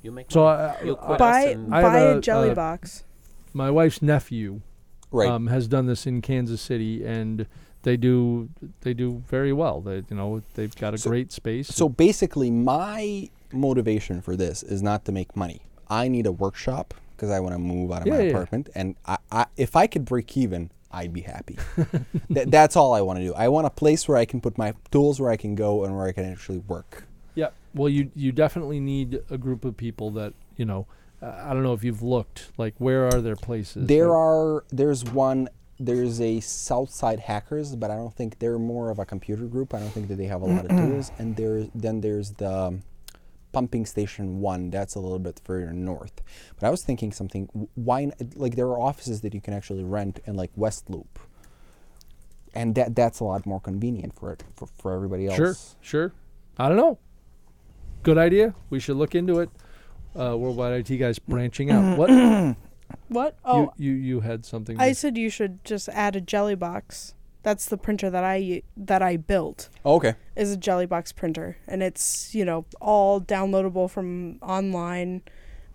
You'll make. So money. I- You'll quit us buy and I have buy a, a- jelly uh, box. My wife's nephew Right. um, has done this in Kansas City, and they do they do very well. They you know they've got a great space. So basically, my motivation for this is not to make money. I need a workshop because I want to move out of Yeah, my yeah. apartment, and I, I, if I could break even, I'd be happy. Th- that's all I want to do. I want a place where I can put my tools, where I can go, and where I can actually work. Yeah. Well, you you definitely need a group of people that you know. Uh, I don't know if you've looked. Like, where are their places? There that- are there's one there's a Southside Hackers, but I don't think they're more of a computer group. I don't think that they have a lot of tools. And there then there's the um, pumping station one. That's a little bit further north. But I was thinking something. w- Why n- like there are offices that you can actually rent in like West Loop, and that that's a lot more convenient for it for, for everybody else. Sure. Sure. I don't know. Good idea. We should look into it. Uh, Worldwide IT guys branching out. What you, What? Oh, you you had something? I there. said you should just add a jelly box That's the printer that I that I built Oh, okay. is a Jellybox printer, and it's you know all downloadable from online,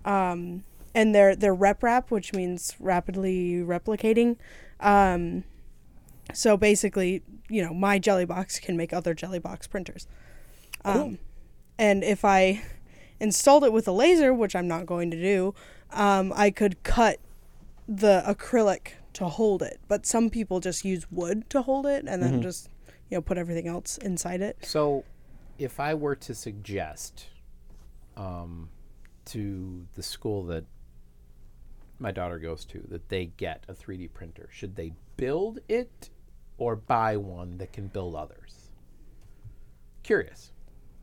um, and they're they're rep wrap, which means rapidly replicating. Um, so basically, you know, my Jellybox can make other Jellybox printers, um, and if I installed it with a laser, which I'm not going to do, um, I could cut the acrylic to hold it. But some people just use wood to hold it, and then just you know put everything else inside it. So, if I were to suggest um, to the school that my daughter goes to that they get a 3D printer, should they build it or buy one that can build others? Curious.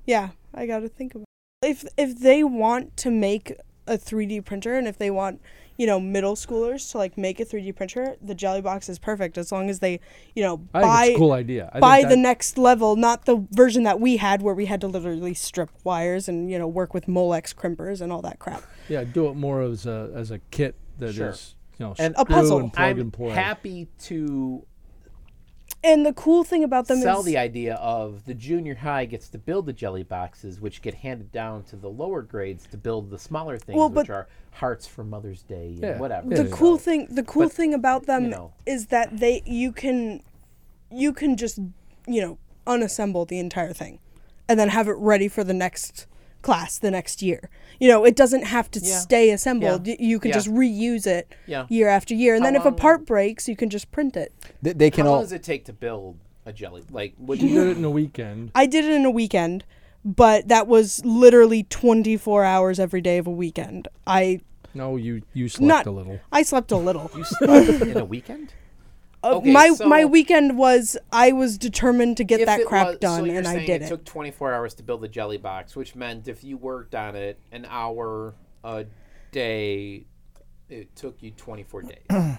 Yeah, I got to think about it. if if they want to make a 3D printer and if they want, you know, middle schoolers to like make a 3D printer, the jelly box is perfect as long as they, you know, I think buy it's a cool idea. I buy think the that- next level, not the version that we had where we had to literally strip wires and, you know, work with Molex crimpers and all that crap. Yeah, do it more as a as a kit that is Sure. you know And screw puzzle. and plug I'm and play. happy to And the cool thing about them sell is the idea of the junior high gets to build the jelly boxes, which get handed down to the lower grades to build the smaller things, Well, which but- are hearts for Mother's Day and Yeah. whatever. Yeah. the is. cool thing the cool But, thing about them know. is that they you can you can just you know unassemble the entire thing and then have it ready for the next class the next year you know it doesn't have to Yeah. stay assembled Yeah. Y- you can Yeah. just reuse it Yeah. year after year and How then if a long- part breaks you can just print it They, they can How long all. does it take to build a jelly? Like, would You you? did it in a weekend. i did it in a weekend but that was literally 24 hours every day of a weekend i No, you you slept not a little. i slept a little You started in a weekend? Uh, Okay, my my so- weekend was I was determined to get If that it crap was- so done, you're and I saying did it. took 24 hours to build the jelly box, which meant if you worked on it an hour a day, it took you 24 days.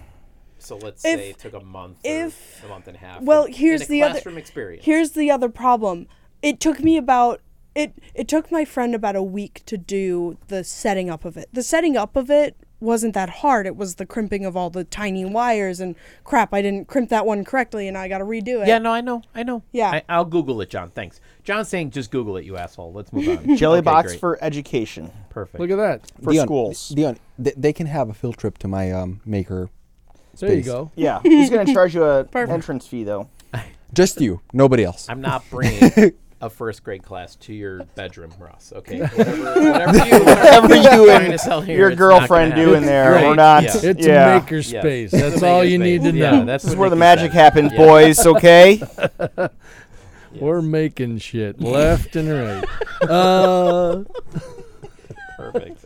so let's say If- it took a month, or if- a month and a half. well, in- here's in a the other- classroom experience. Here's the other problem. It took me about it. It took my friend about a week to do the setting up of it. The setting up of it wasn't that hard. It was the crimping of all the tiny wires and crap. I didn't crimp that one correctly, and I got to redo it. yeah, no, I know, I know. Yeah. I, I'll Google it, John. Thanks, John's saying just Google it, you asshole. Let's move on. Jelly Okay, box great. for education perfect. Look at that. for Dion, schools. Dion, they, they can have a field trip to my um, maker. There you space. go. yeah, he's gonna charge you a entrance fee though. Just you, nobody else. I'm not bringing a first grade class to your bedroom, Ross. Okay, whatever, whatever you, whatever you you're trying and to sell here, Your it's not gonna girlfriend happen. doing there Right. or not? Yeah. It's yeah. a maker Yes. space. It's That's a all maker you need space. to Yeah, know. that's this is what where the Nikki magic said. happens, Yeah. boys. Okay. We're making shit left and right. Uh, Perfect.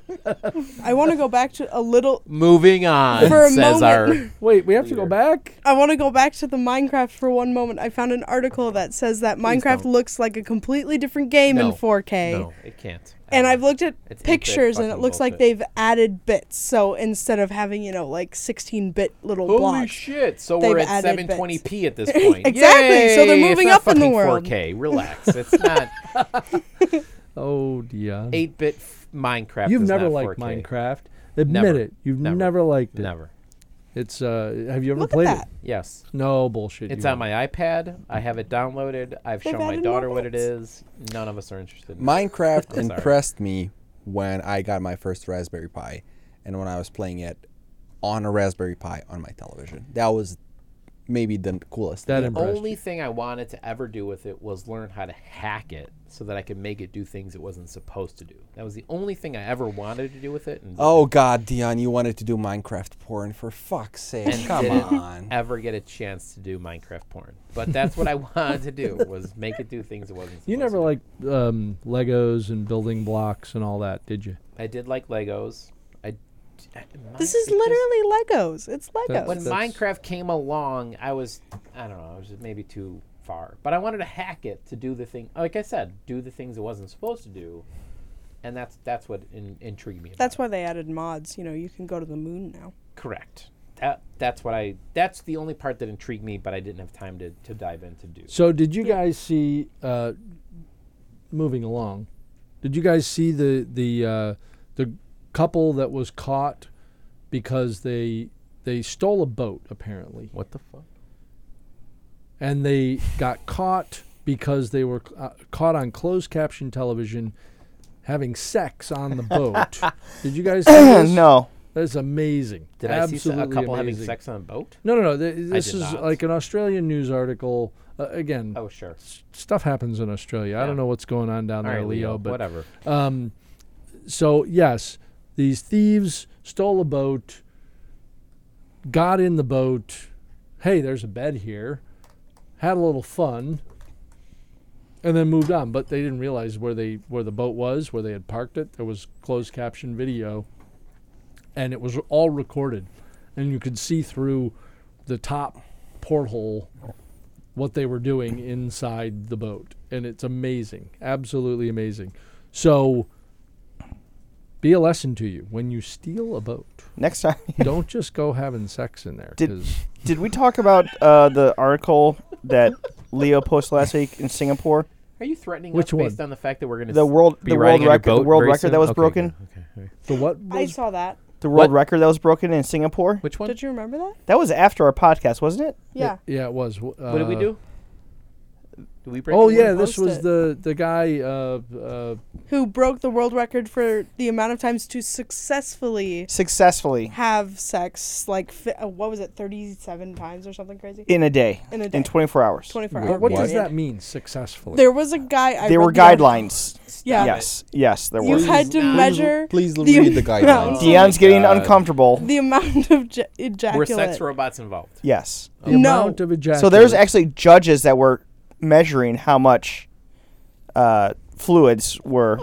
I want to go back to a little. Moving on, For a says moment- wait, we have to go back. I want to go back to the Minecraft for one moment. I found an article that says that Minecraft don't. looks like a completely different game No. in 4K. our. No, it can't. and I've looked at It's eight-bit pictures, and it fucking looks like bullshit. they've added bits. So instead of having you know like 16-bit little Holy blocks, shit! So They've we're at added bits. 720p at this point. Exactly, so they're Yay, it's moving not up in the fucking world. 4K. Relax. It's not Oh dear. 8-bit f- Minecraft. You've is never not liked 4K. Minecraft. Admit Never. it. You've Never. never, liked it. Never. It's uh have you ever Look at played that. it? Yes. No bullshit. It's you on my iPad. I have it downloaded. I've They've shown my added more daughter what it bits. is. None of us are interested. in it. Minecraft Sorry. impressed me when I got my first Raspberry Pi and when I was playing it on a Raspberry Pi on my television. That was maybe the coolest That thing. impressed you. only thing I wanted to ever do with it was learn how to hack it so that I could make it do things it wasn't supposed to do. That was the only thing I ever wanted to do with it and Oh God, Dion, you wanted to do Minecraft porn for fuck's sake. And Come didn't. on. ever get a chance to do Minecraft porn. But that's what I wanted to do was make it do things it wasn't supposed You never to do. liked um, Legos and building blocks and all that, did you? I did like Legos. I I- this Mine- is it just- literally Legos. It's Legos. That's- when that's- Minecraft came along, I was I don't know, I was maybe too far, but I wanted to hack it to do the thing. Like I said, do the things it wasn't supposed to do, and that's that's what in, intrigued me. about That's it. why they added mods. You know, you can go to the moon now. correct. That that's what I that's the only part that intrigued me, but I didn't have time to to dive in to do. So did you guys see uh, moving along? Did you guys see the the uh, the couple that was caught because they they stole a boat apparently? What the fuck? and they got caught because they were uh, caught on closed caption television having sex on the boat. Did you guys see this? no. That's amazing. Did Absolutely I see a couple having amazing. sex on a boat? No, no, no. th- This did is not. like an Australian news article. Uh, again, Oh, sure. s- stuff happens in Australia. I don't Yeah. know what's going on down All there, right, Leo, but whatever. um, so yes, these thieves stole a boat, got in the boat. Hey, there's a bed here. Had a little fun, and then moved on. But they didn't realize where they where the boat was, where they had parked it. There was closed caption video, and it was all recorded, and you could see through the top porthole what they were doing inside the boat. And it's amazing, absolutely amazing. So be a lesson to you when you steal a boat. Next time. don't just go having sex in there Did- because Did we talk about uh, the article that Leo posted last week in Singapore? Are you threatening Which us based one? on the fact that we're going to The world, be the riding on world your record, the boat world very record soon? that was Okay, broken, good, okay, all right. the what I was saw that. the What? world record that was broken in Singapore. Which one? Did you remember that? That was after our podcast, wasn't it? Yeah. yeah it was. W- Uh, what did we do? Did we break? Oh the yeah, rule? this post was it. the the guy. Uh, uh, Who broke the world record for the amount of times to successfully Successfully have sex? Like, fi- uh, what was it, 37 times or something crazy? in a day, In a day. in 24 hours. 24 Wait, hours. what does What? that mean? Successfully. There was a guy. I there read were the article. guidelines. Yeah. Yes, yes, there You were. had to Please- measure Please l- the read the amount- guidelines. Dion's getting Oh God. uncomfortable. the amount of ge- Were ejaculate. sex robots involved? Yes. the No. amount of ejaculate. So there's actually judges that were measuring how much uh, fluids were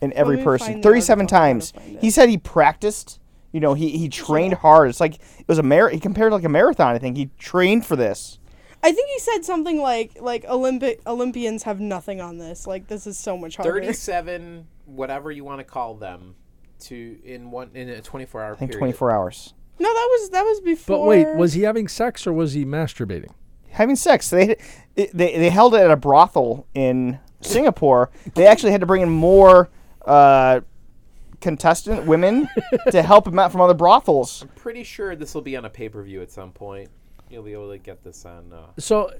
in every me person. find the 37 article. I'm gonna times. find it. He said he practiced. You know, he, he trained hard. It's like it was a mar- He compared it like a marathon. I think he trained for this. I think he said something like like Olympic Olympians have nothing on this. Like this is so much harder. Thirty-seven, whatever you want to call them, to in one in a twenty-four hour I think period. 24 hours. No, that was that was before. But wait, was he having sex or was he masturbating? Having sex. They they they held it at a brothel in Singapore. They actually had to bring in more uh, contestant women to help him out from other brothels. Pretty sure this will be on a pay-per-view at some point. You'll be able to get this on. Uh, So,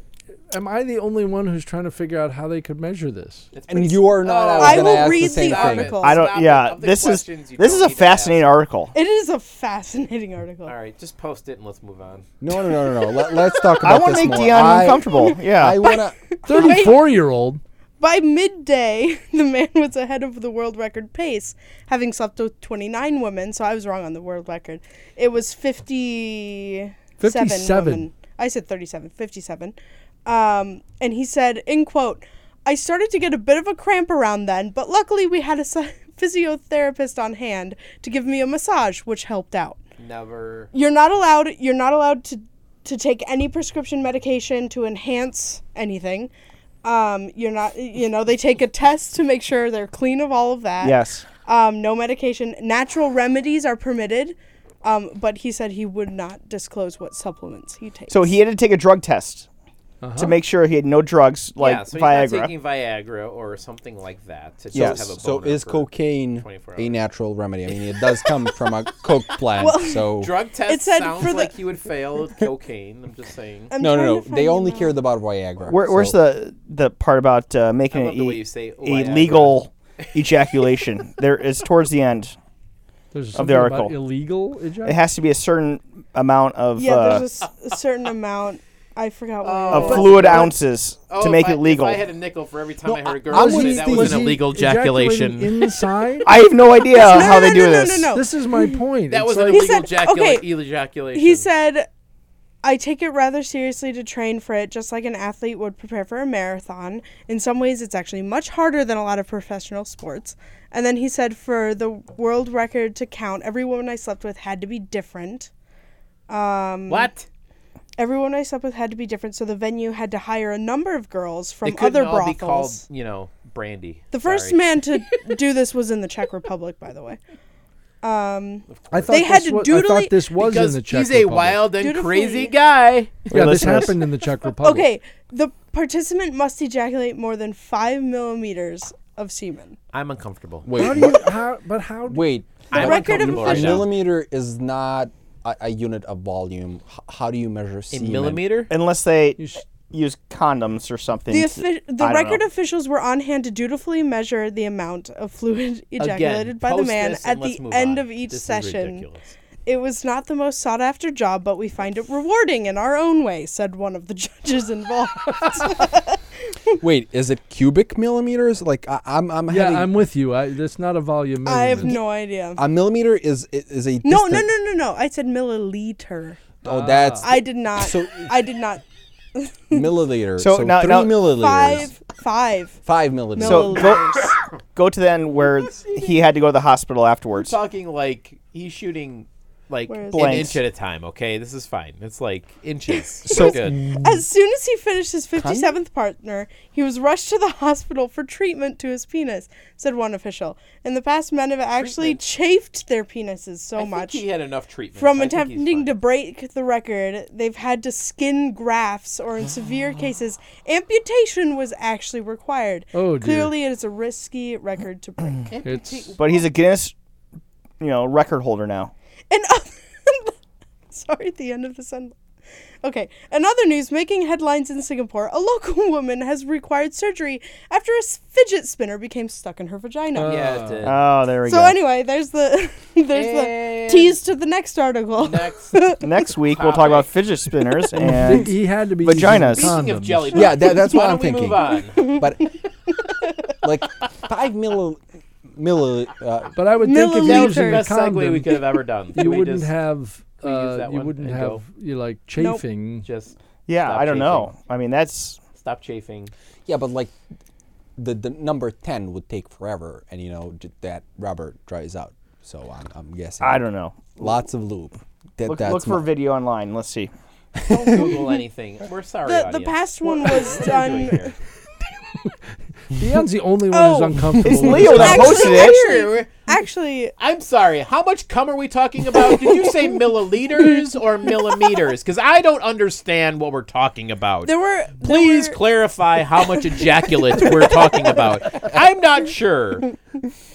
am I the only one who's trying to figure out how they could measure this? it's pretty And you are not. Oh, I was I gonna will ask read the same the thing. article. I don't. Stop it. yeah, Of the this is questions you this don't is a need to ask. fascinating article. It is a fascinating article. All right, just post it and let's move on. No, no, no, no, no. Let, let's talk about I this want to make more. Dion I- uncomfortable. Yeah, I wanna. 34 year old. By midday, the man was ahead of the world record pace, having slept with 29 women. So I was wrong on the world record. It was 57 57. women. I said 37, 57. Um, and he said, in quote, I started to get a bit of a cramp around then, but luckily we had a psy- physiotherapist on hand to give me a massage, which helped out Never. you're not allowed you're not allowed to to take any prescription medication to enhance anything um, you're not you know they take a test to make sure they're clean of all of that yes. um, no medication natural remedies are permitted um, but he said he would not disclose what supplements he takes So he had to take a drug test Uh-huh. to make sure he had no drugs like yeah, so he's not Viagra. taking Viagra or something like that to just Yes. have a So boner is for- cocaine 24 a hours. natural remedy? I mean, it does come from a coke plant. so Drug test said sounds for the- like you would fail cocaine. I'm just saying. I'm no, no, trying no. to find They the only amount. cared about Viagra. Where, where's so- the the part about uh, making I it love the way e- you say a Viagra. legal ejaculation? There is towards the end. There's Of the something about article. illegal It ejaculation. has to be a certain amount of yeah uh, there's a s- a, certain amount I forgot what Oh. it of was. But- fluid but- ounces Oh, to if make I- it legal. If I had a nickel for every time I heard a girl I say was that was thinking- an illegal ejaculating ejaculation. Inside? I have no idea no, how no, they no, do no, no, this. no. This is my point. Oh. That It's was an like, He illegal said- ejacula- okay. ejaculation. He said, I take it rather seriously to train for it, just like an athlete would prepare for a marathon. In some ways, it's actually much harder than a lot of professional sports. And then he said, for the world record to count, every woman I slept with had to be different. Um, "What? Everyone I slept with had to be different, so the venue had to hire a number of girls from It couldn't other all brothels. be called, you know, brandy." the first Sorry. man to do this was in the Czech Republic, by the way. Um, I thought, They this had to was, I doodly- thought this was because in the Czech he's a Republic. wild and Dutifully. crazy guy. Yeah, this listeners. happened in the Czech Republic. okay, the participant must ejaculate more than five millimeters of semen. I'm uncomfortable. Wait, How do you? How, but how? wait. The I'm record of uncomfortable A right now. millimeter is not a, a unit of volume? H- how do you measure in semen? millimeter. unless they You sh- use condoms or something. The, to- offi- the I don't record know. officials were on hand to dutifully measure the amount of fluid ejaculated by the post man this and at let's the move end on. of each This is session. ridiculous. It was not the most sought after job, but we find it rewarding in our own way, said one of the judges involved. Wait, is it cubic millimeters? Like I, I'm, I'm yeah, having I'm with you. I, that's not a volume I have measurement. no idea. a millimeter is i- is a No, no, distant- no, no, no. I said milliliter. Oh, that's I did not. So- I did not. milliliter. So So, now- three now- milliliters. Five, five Five milliliters. So- milliliters. Go to the end where he had to go to the hospital afterwards. Talking like he's shooting like Where is an it? inch at a time. Okay, this is fine. It's like inches. So- so good. As soon as he finished his 57th partner, he was rushed to the hospital for treatment to his penis, said one official. In the past, men have actually chafed their penises so I much. think he had enough treatment From I think he's attempting to fine. break the record, they've had to skin grafts, or in severe cases, amputation was actually required. Oh, dear. Clearly, it is a risky record to break. and It's But he's a Guinness, you know, record holder now. other- sorry, the end of the sentence. Okay. In other news, making headlines in Singapore, a local woman has required surgery after a s- fidget spinner became stuck in her vagina. yeah. It, uh, Oh, there we so go. anyway, there's the there's And- the tease to the next article. next, Next week we'll talk about fidget spinners and he had to be using Vaginas. speaking of condoms. jelly, Yeah, that- that's what why I'm don't we thinking. Move on. but like five milli milli. Uh, But I would think if Milliliter. you're That was the using a best segue condom, we could have ever done. Can you we wouldn't just- have we use uh, that you one wouldn't and have go? you like Nope. chafing. just yeah, Stop I don't chafing. know. I mean, that's stop chafing. yeah, but like the the number ten would take forever, and you know j- that rubber dries out. So I'm, I'm guessing. I don't know. Lots of lube. That, Look, that's look for my- video online. Let's see. Don't Google anything. We're sorry. The, the audience. past What- one was what are we doing done. here? Dion's the only one who's Oh. uncomfortable. It's with Leo it. that Actually, posted it. actually, actually, I'm sorry. How much cum are we talking about? Did you say milliliters or millimeters? Because I don't understand what we're talking about. there were there Please were- clarify how much ejaculate we're talking about. I'm not sure.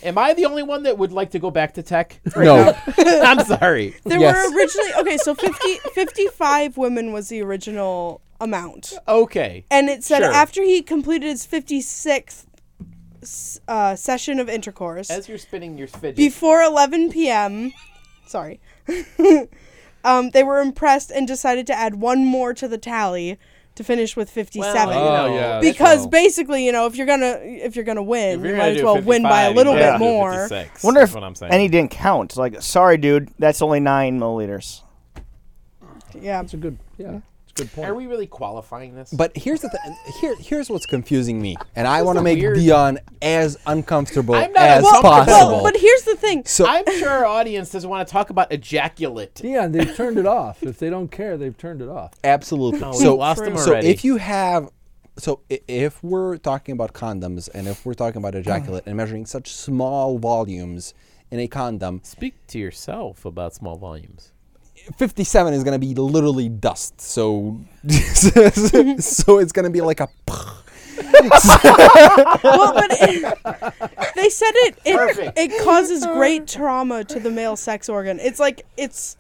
Am I the only one that would like to go back to tech? No. I'm sorry. There Yes. were originally okay, so 50, 55 women was the original amount, Okay. and it said Sure. after he completed his fifty sixth uh, session of intercourse As you're spinning your fidget, before eleven p.m. Sorry, um, they were impressed and decided to add one more to the tally to finish with fifty well, seven. you Oh, know, yeah. that's- because Oh. basically, you know, if you're gonna if you're gonna win, if you're you gonna might as do well win by a 55, little you bit gotta do more. 56. Wonder That's if what I'm saying. any didn't count. Like, sorry, dude, that's only nine milliliters. Yeah, It's a good yeah. It's a good point. Are we really qualifying this? But here's the thing. Here, here's what's confusing me, and I want to make weird- Dion as uncomfortable I'm not as uncomfortable. possible. Well, but here's the thing. so I'm sure our audience doesn't want to talk about ejaculate. Dion, they've turned it off. If they don't care, they've turned it off. absolutely. No, Oh, we so lost him so already. if you have, so i- if we're talking about condoms and if we're talking about ejaculate and measuring such small volumes in a condom, Speak to yourself about small volumes. 57 is going to be literally dust. So so it's going to be like a. well, but it, they said it it, Perfect. it causes great trauma to the male sex organ. It's like it's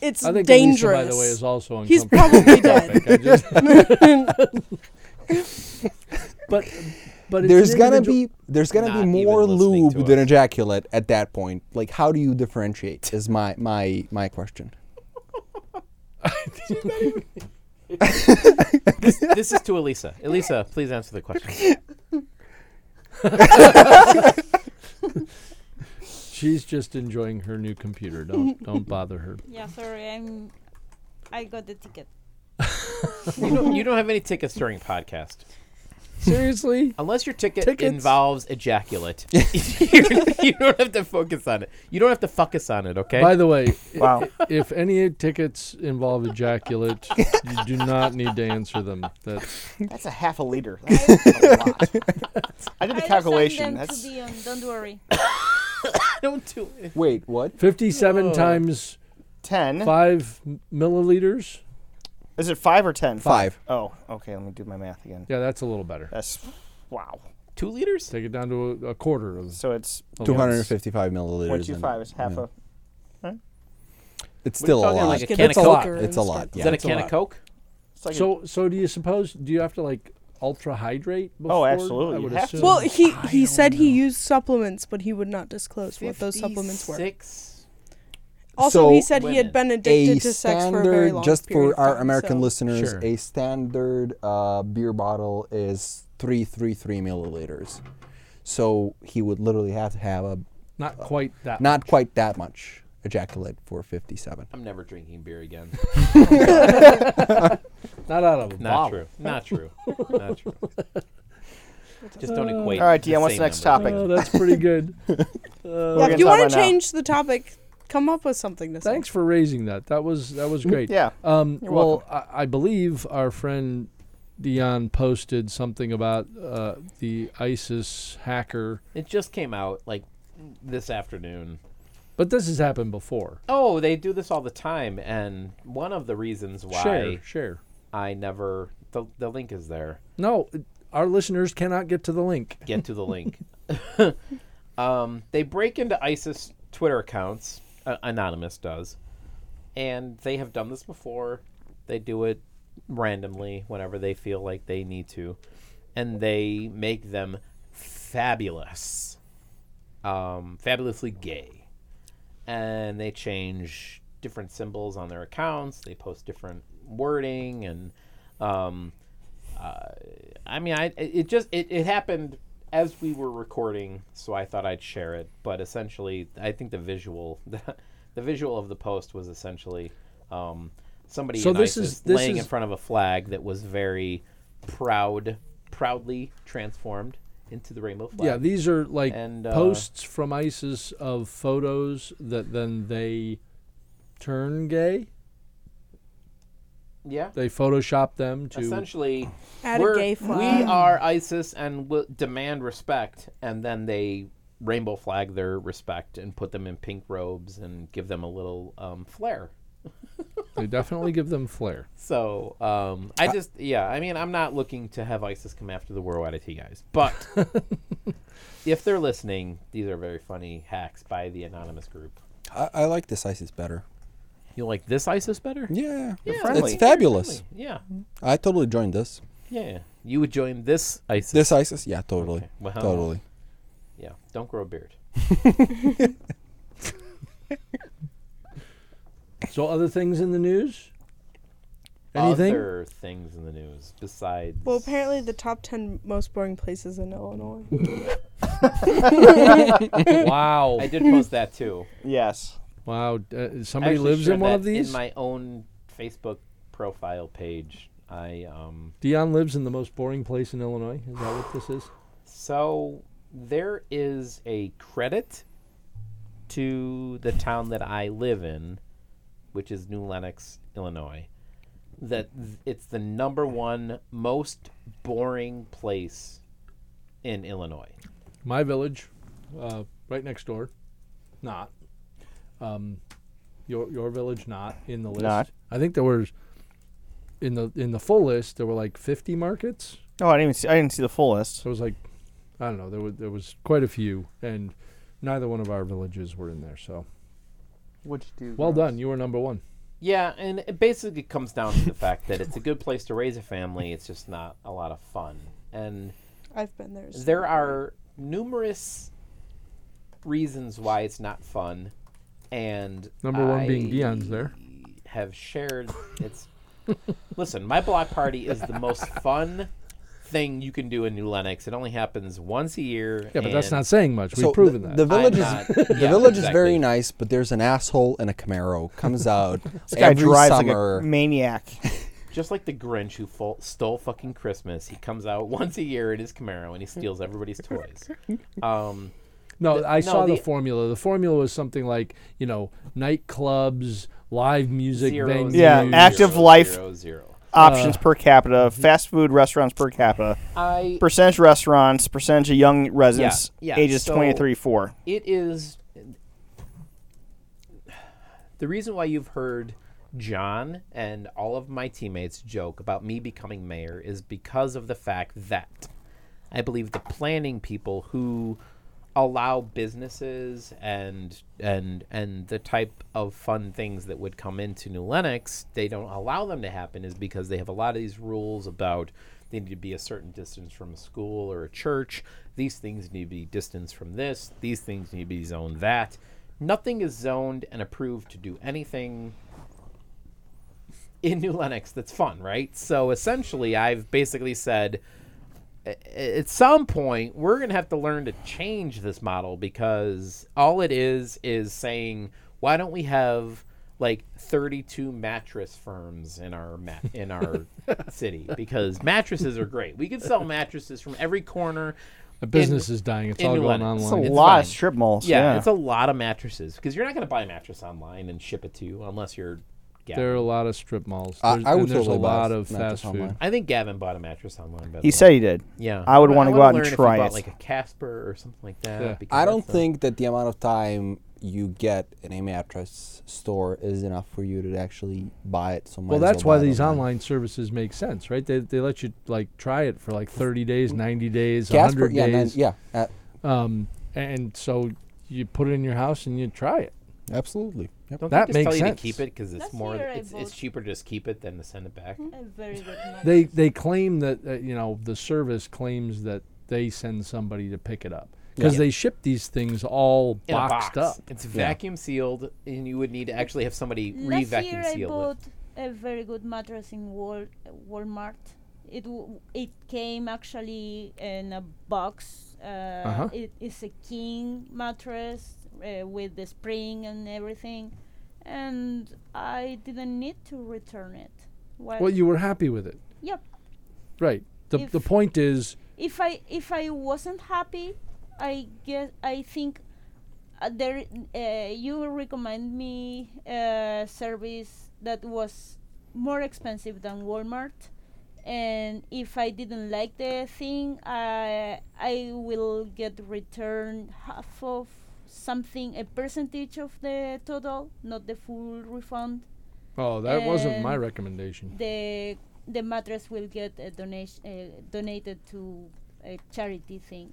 it's I think Elisa, dangerous. by the way, is also uncomfortable. He's probably with the dead. topic. I just- but but it's There's an gonna individual- be there's gonna not be even more listening to lube than us. ejaculate at that point. Like, how do you differentiate? Is my my my question. This is to Elisa. Elisa, please answer the question. She's just enjoying her new computer. Don't don't bother her. Yeah, sorry, I'm. I got the ticket. You don't, you don't have any tickets during podcast. Seriously? Unless your ticket Tickets. involves ejaculate, you, you don't have to focus on it. You don't have to focus on it, okay? By the way, i- Wow. if any tickets involve ejaculate, you do not need to answer them. That's That's a half a liter. That's a lot. I did the I calculation. assigned them That's to Dion. Don't worry. don't do it. Wait, what? 57 Oh. times ten. 5 m- milliliters. Is it five or ten? Five. Oh, okay. Let me do my math again. Yeah, that's a little better. That's wow. Two liters? Take it down to a, a quarter of So it's Two hundred and fifty-five milliliters. point two and- five. It's half yeah. a. It's We're still a talking lot. like a Get can the of Coke. filter and It's a lot, stuff. yeah. is that a It's a can lot. of Coke? It's like a- So, so do you suppose? Do you have to like ultra hydrate? Before? Oh, absolutely, I you would have to. assume. Well, he I he don't said he know. used supplements, but he would not disclose what those supplements were. Six. Also, he So- said he had been addicted to sex for a very long just period for of our time, American so- listeners, Sure. a standard uh, beer bottle is three three three milliliters. So he would literally have to have a not quite that. not quite that much ejaculate for fifty seven. I'm never drinking beer again. not out of a Not bottle. true. Not true. Not true. Just don't equate. All right, the Dion, what's same the next number. topic? Oh, that's pretty good. We're Yeah, gonna if you talk want about to now. change the topic, come up with something to say. Thanks for raising that. That was that was great. Yeah. Um, You're well, I, I believe our friend Dion posted something about uh, the ISIS hacker, It just came out like this afternoon. but this has happened before. Oh, they do this all the time, and one of the reasons why Share, share. I never the the link is there. No, it- our listeners cannot get to the link. Get to the link. um, they break into ISIS Twitter accounts. Uh, Anonymous does, and they have done this before. They do it randomly whenever they feel like they need to, and they make them fabulous, um, fabulously gay, and they change different symbols on their accounts. They post different wording and. Um, I mean, I it it just it, it happened as we were recording, so I thought I'd share it. But essentially, I think the visual, the, visual of the post was essentially um, somebody So in this ISIS is- this laying in is- front of a flag that was very proud, proudly transformed into the rainbow flag. Yeah, these are like And, uh, posts from ISIS of photos that then they turn gay. yeah. They Photoshop them to. Essentially, Add a we're- gay we flag. are ISIS and will demand respect, and then they rainbow flag their respect and put them in pink robes and give them a little um, flair. They definitely give them flair. So um, I just, yeah, I mean, I'm not looking to have ISIS come after the world out of you guys, but if they're listening, these are very funny hacks by the anonymous group. I, I like this ISIS better. You like this ISIS better? Yeah, friendly. it's fabulous. Yeah, I totally joined this. yeah. You would join this ISIS. This ISIS, yeah, totally, Okay, well, totally. Yeah, don't grow a beard. So other things in the news? Anything? Other things in the news besides. Well, apparently the top 10 most boring places in Illinois. wow. I did post that too. yes. Wow. Uh, I somebody actually lives shared in one that of these? In my own Facebook profile page, I um. Dion lives in the most boring place in Illinois. Is that what this is? So there is a credit to the town that I live in, which is New Lenox, Illinois. That th- it's the number one most boring place in Illinois. My village, uh, right next door. Not. Um, your your village not in the list. Not. I think there was in the in the full list there were like 50 markets. No, I didn't even see. I didn't see the full list. So it was like I don't know, there was there was quite a few and neither one of our villages were in there. So Which do? well done, you were number 1. Yeah, and it basically comes down to the fact that it's a good place to raise a family. It's just not a lot of fun. And I've been there. so- there are numerous reasons why it's not fun, and Number 1 being I Dion's there. Have shared it's. listen, my block party is the most fun thing you can do in New Lenox. It only happens once a year. Yeah, but that's and not saying much. We've So proven the, that. the village I'm is not- the yeah, village is exactly. very nice, but there's an asshole in a Camaro comes out This guy every drives summer. like a maniac. Just like the Grinch who fo- stole fucking Christmas, he comes out once a year in his Camaro and he steals everybody's toys. Um, No, I no, saw the, the- formula. The formula was something like you know nightclubs, live music zero, venues. Yeah, zero, active zero, life. zero, zero. Options per capita, fast food restaurants per capita, I percentage restaurants, percentage of young residents, yeah, ages so- 20 to 34. it is the reason why you've heard John and all of my teammates joke about me becoming mayor is because of the fact that I believe the planning people who allow businesses and and and the type of fun things that would come into new Linux, they don't allow them to happen is because they have a lot of these rules about they need to be a certain distance from a school or a church. These things need to be distanced from this. These things need to be zoned that. Nothing is zoned and approved to do anything in new Linux that's fun, right? So essentially, I've basically said "A- a- at some point we're going to have to learn to change this model because all it is is saying why don't we have like 32 mattress firms in our ma- in our city because mattresses are great. We could sell mattresses from every corner. A business is dying. It's in all New going Orleans. online. It's a lot of fine. strip malls. Yeah, Yeah, it's a lot of mattresses because you're not going to buy a mattress online and ship it to you unless you're Gavin. There are a lot of strip malls. I- There's, I would and there's a totally buy lot it, of not just fast food. online. I think Gavin bought a mattress online. By the he way. said he did. Yeah, I would wa- wanna go wanna out and learn if he try bought, it. Like a Casper or something like that. Yeah. because I don't that's a- think that the amount of time you get in a mattress store is enough for you to actually buy it. So might Well, as well that's why buy it these online services make sense, right? They, they let you like try it for like 30 days, 90 days, Casper, 100 yeah, nine- days. yeah, uh, Um, and so you put it in your house and you try it. absolutely. Yep. Don't That they just makes tell you sense. to keep it because it's Last more. year I It's, it's bought- cheaper to just keep it than to send it back. A very good mattress. They they claim that uh, you know the service claims that they send somebody to pick it up because Yeah. they ship these things all In a boxed box. up. It's vacuum sealed, and you would need to actually have somebody re Last year vacuum I seal it. bought a very good mattress in Wal- Walmart. It w- it came actually in a box. Uh, Uh-huh. It is a king mattress uh, with the spring and everything, and I didn't need to return it. Why- Well, you were happy with it, Yep. right? The If- the point is If I if I wasn't happy, I guess I think. Uh, there, uh, you recommend me a service that was more expensive than Walmart, and if I didn't like the thing, I I will get return half of something, a percentage of the total, not the full refund. oh that wasn't my Um, recommendation. The the mattress will get a donation uh, donated to a charity thing.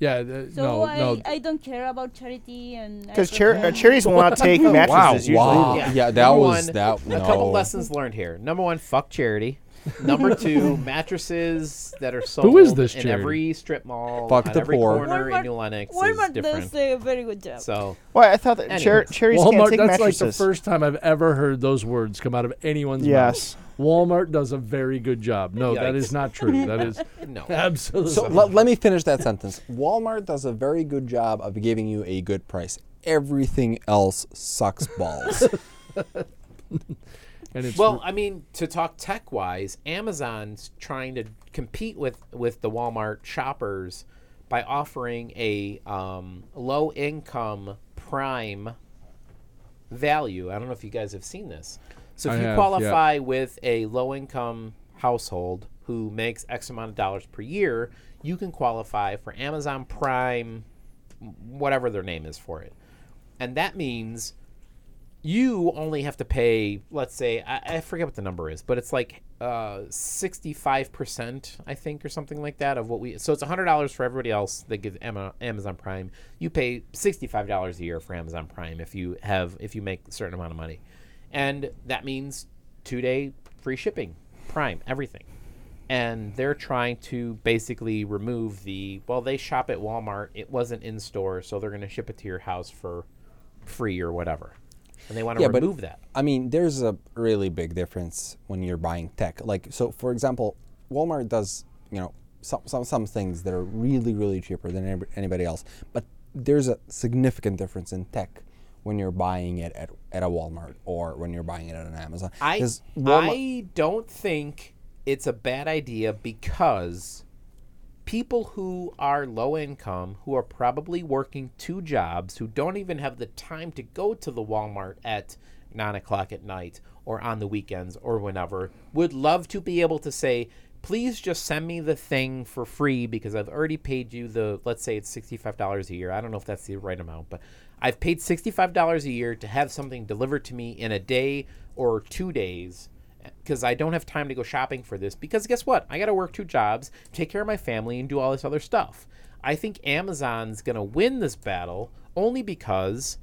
Yeah, th- So no, I, no. I don't care about charity and I Because prefer- chari- uh, charities will not take mattresses usually. Wow. Oh, Yeah, that Number was one, that. A no. couple lessons learned here. Number one, fuck charity. Number two, mattresses that are sold is this in charity? every strip mall, Fuck on the every poor. corner in Walmart- New Lenox is Walmart different. does a very good job. So Well, I thought that char- Anyways. charities can't Walmart. take That's mattresses. like the first time I've ever heard those words come out of anyone's Yes. mouth. Walmart does a very good job. No, that is Yikes. not true. That is no. absolutely. So let- let me finish that sentence. Walmart does a very good job of giving you a good price. Everything else sucks balls. and it's Well, I mean, to talk tech wise, Amazon's trying to compete with with the Walmart shoppers by offering a um, low income Prime value. I don't know if you guys have seen this. So if I you have, yeah. qualify with a low income household who makes X amount of dollars per year, you can qualify for Amazon Prime, whatever their name is for it. And that means you only have to pay, let's say, I, I forget what the number is, but it's like uh, 65%, I think, or something like that, of what we. So it's $100 for everybody else that gets Ama- Amazon Prime. You pay $65 a year for Amazon Prime if you have, if you make a certain amount of money. And that means two day free shipping, Prime, everything. And they're trying to basically remove the, well, they shop at Walmart. It wasn't in store, so they're going to ship it to your house for free or whatever. And they want to Yeah, but- remove that. I mean, there's a really big difference when you're buying tech. Like, so for example, Walmart does, you know, some some, some things that are really really cheaper than any- anybody else. But there's a significant difference in tech when you're buying it at, at a Walmart or when you're buying it at an Amazon. I 'Cause Walmart- I don't think it's a bad idea because people who are low income, who are probably working two jobs, who don't even have the time to go to the Walmart at nine o'clock at night or on the weekends or whenever, would love to be able to say, please just send me the thing for free because I've already paid you the, let's say it's $65 a year. I don't know if that's the right amount, but I've paid $65 a year to have something delivered to me in a day or two days because I don't have time to go shopping for this. Because guess what? I got to work two jobs, take care of my family, and do all this other stuff. I think Amazon's going to win this battle only because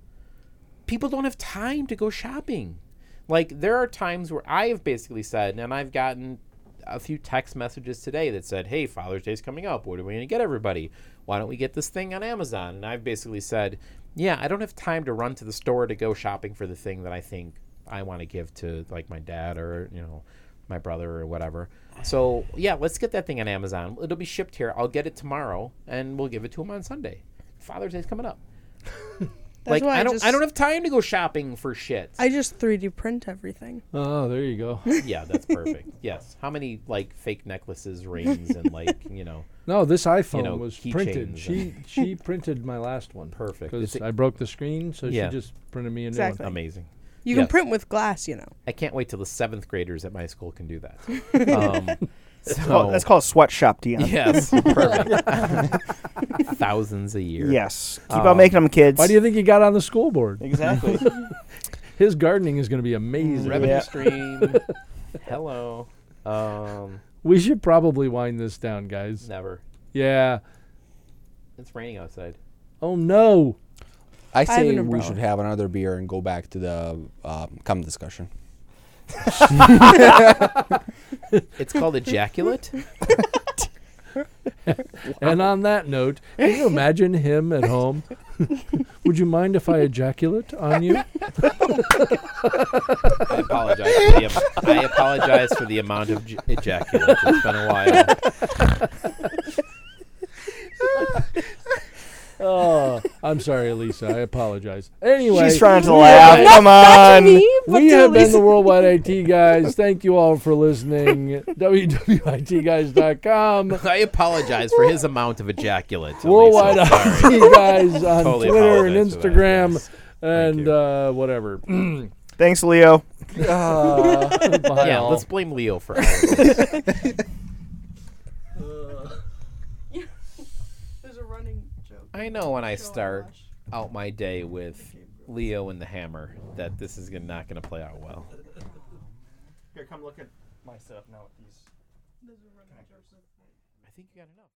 people don't have time to go shopping. Like there are times where I have basically said, and I've gotten a few text messages today that said, "Hey, Father's Day's coming up. What are we going to get everybody? Why don't we get this thing on Amazon?" And I've basically said, "Yeah, I don't have time to run to the store to go shopping for the thing that I think I want to give to like my dad or you know my brother or whatever." So yeah, let's get that thing on Amazon. It'll be shipped here. I'll get it tomorrow, and we'll give it to him on Sunday. Father's Day's coming up. That's like why I I don't, just- I don't have time to go shopping for shit. I just 3D print everything. Oh, there you go. Yeah, that's perfect. yes. How many like fake necklaces, rings, and like you know? No, this iPhone know, was keychains printed. and- She she printed my last one. Perfect. It's Because a- I broke the screen, so Yeah. she just printed me a new Exactly. Amazing. You Yes. can print with glass, you know. I can't wait till the seventh graders at my school can do that. Um, Well, so that's called sweatshop, Dion. yes, perfect. Thousands a year. Yes. Keep Um, on making them, kids. Why do you think he got on the school board? exactly. His gardening is going to be amazing. Revenue Yeah. stream. Hello. Um, We should probably wind this down, guys. never. Yeah. It's raining outside. Oh no. I have an say we umbrella. should have another beer and go back to the um, cum discussion. It's called ejaculate. And on that note, can you imagine him at home? Would you mind if I ejaculate on you? I apologize. For the, am- I apologize for the amount of j- ejaculate. It's been a while. Oh, I'm sorry, Elisa. I apologize. Anyway, She's trying to laugh. Come on. we have been the Worldwide IT guys. Thank you all for listening. www.itguys.com. I apologize for his amount of ejaculate. Elisa. Worldwide Sorry. IT guys on Totally Twitter and apologize for that, Instagram yes. and you. uh, whatever. Thanks, Leo. Uh, bye Yeah, all. let's blame Leo for all of this. There's a running joke. I know when I start out my day with Leo and the hammer that this is gonna, not going to play out well. Here, come look at my setup now with these. I think you got enough.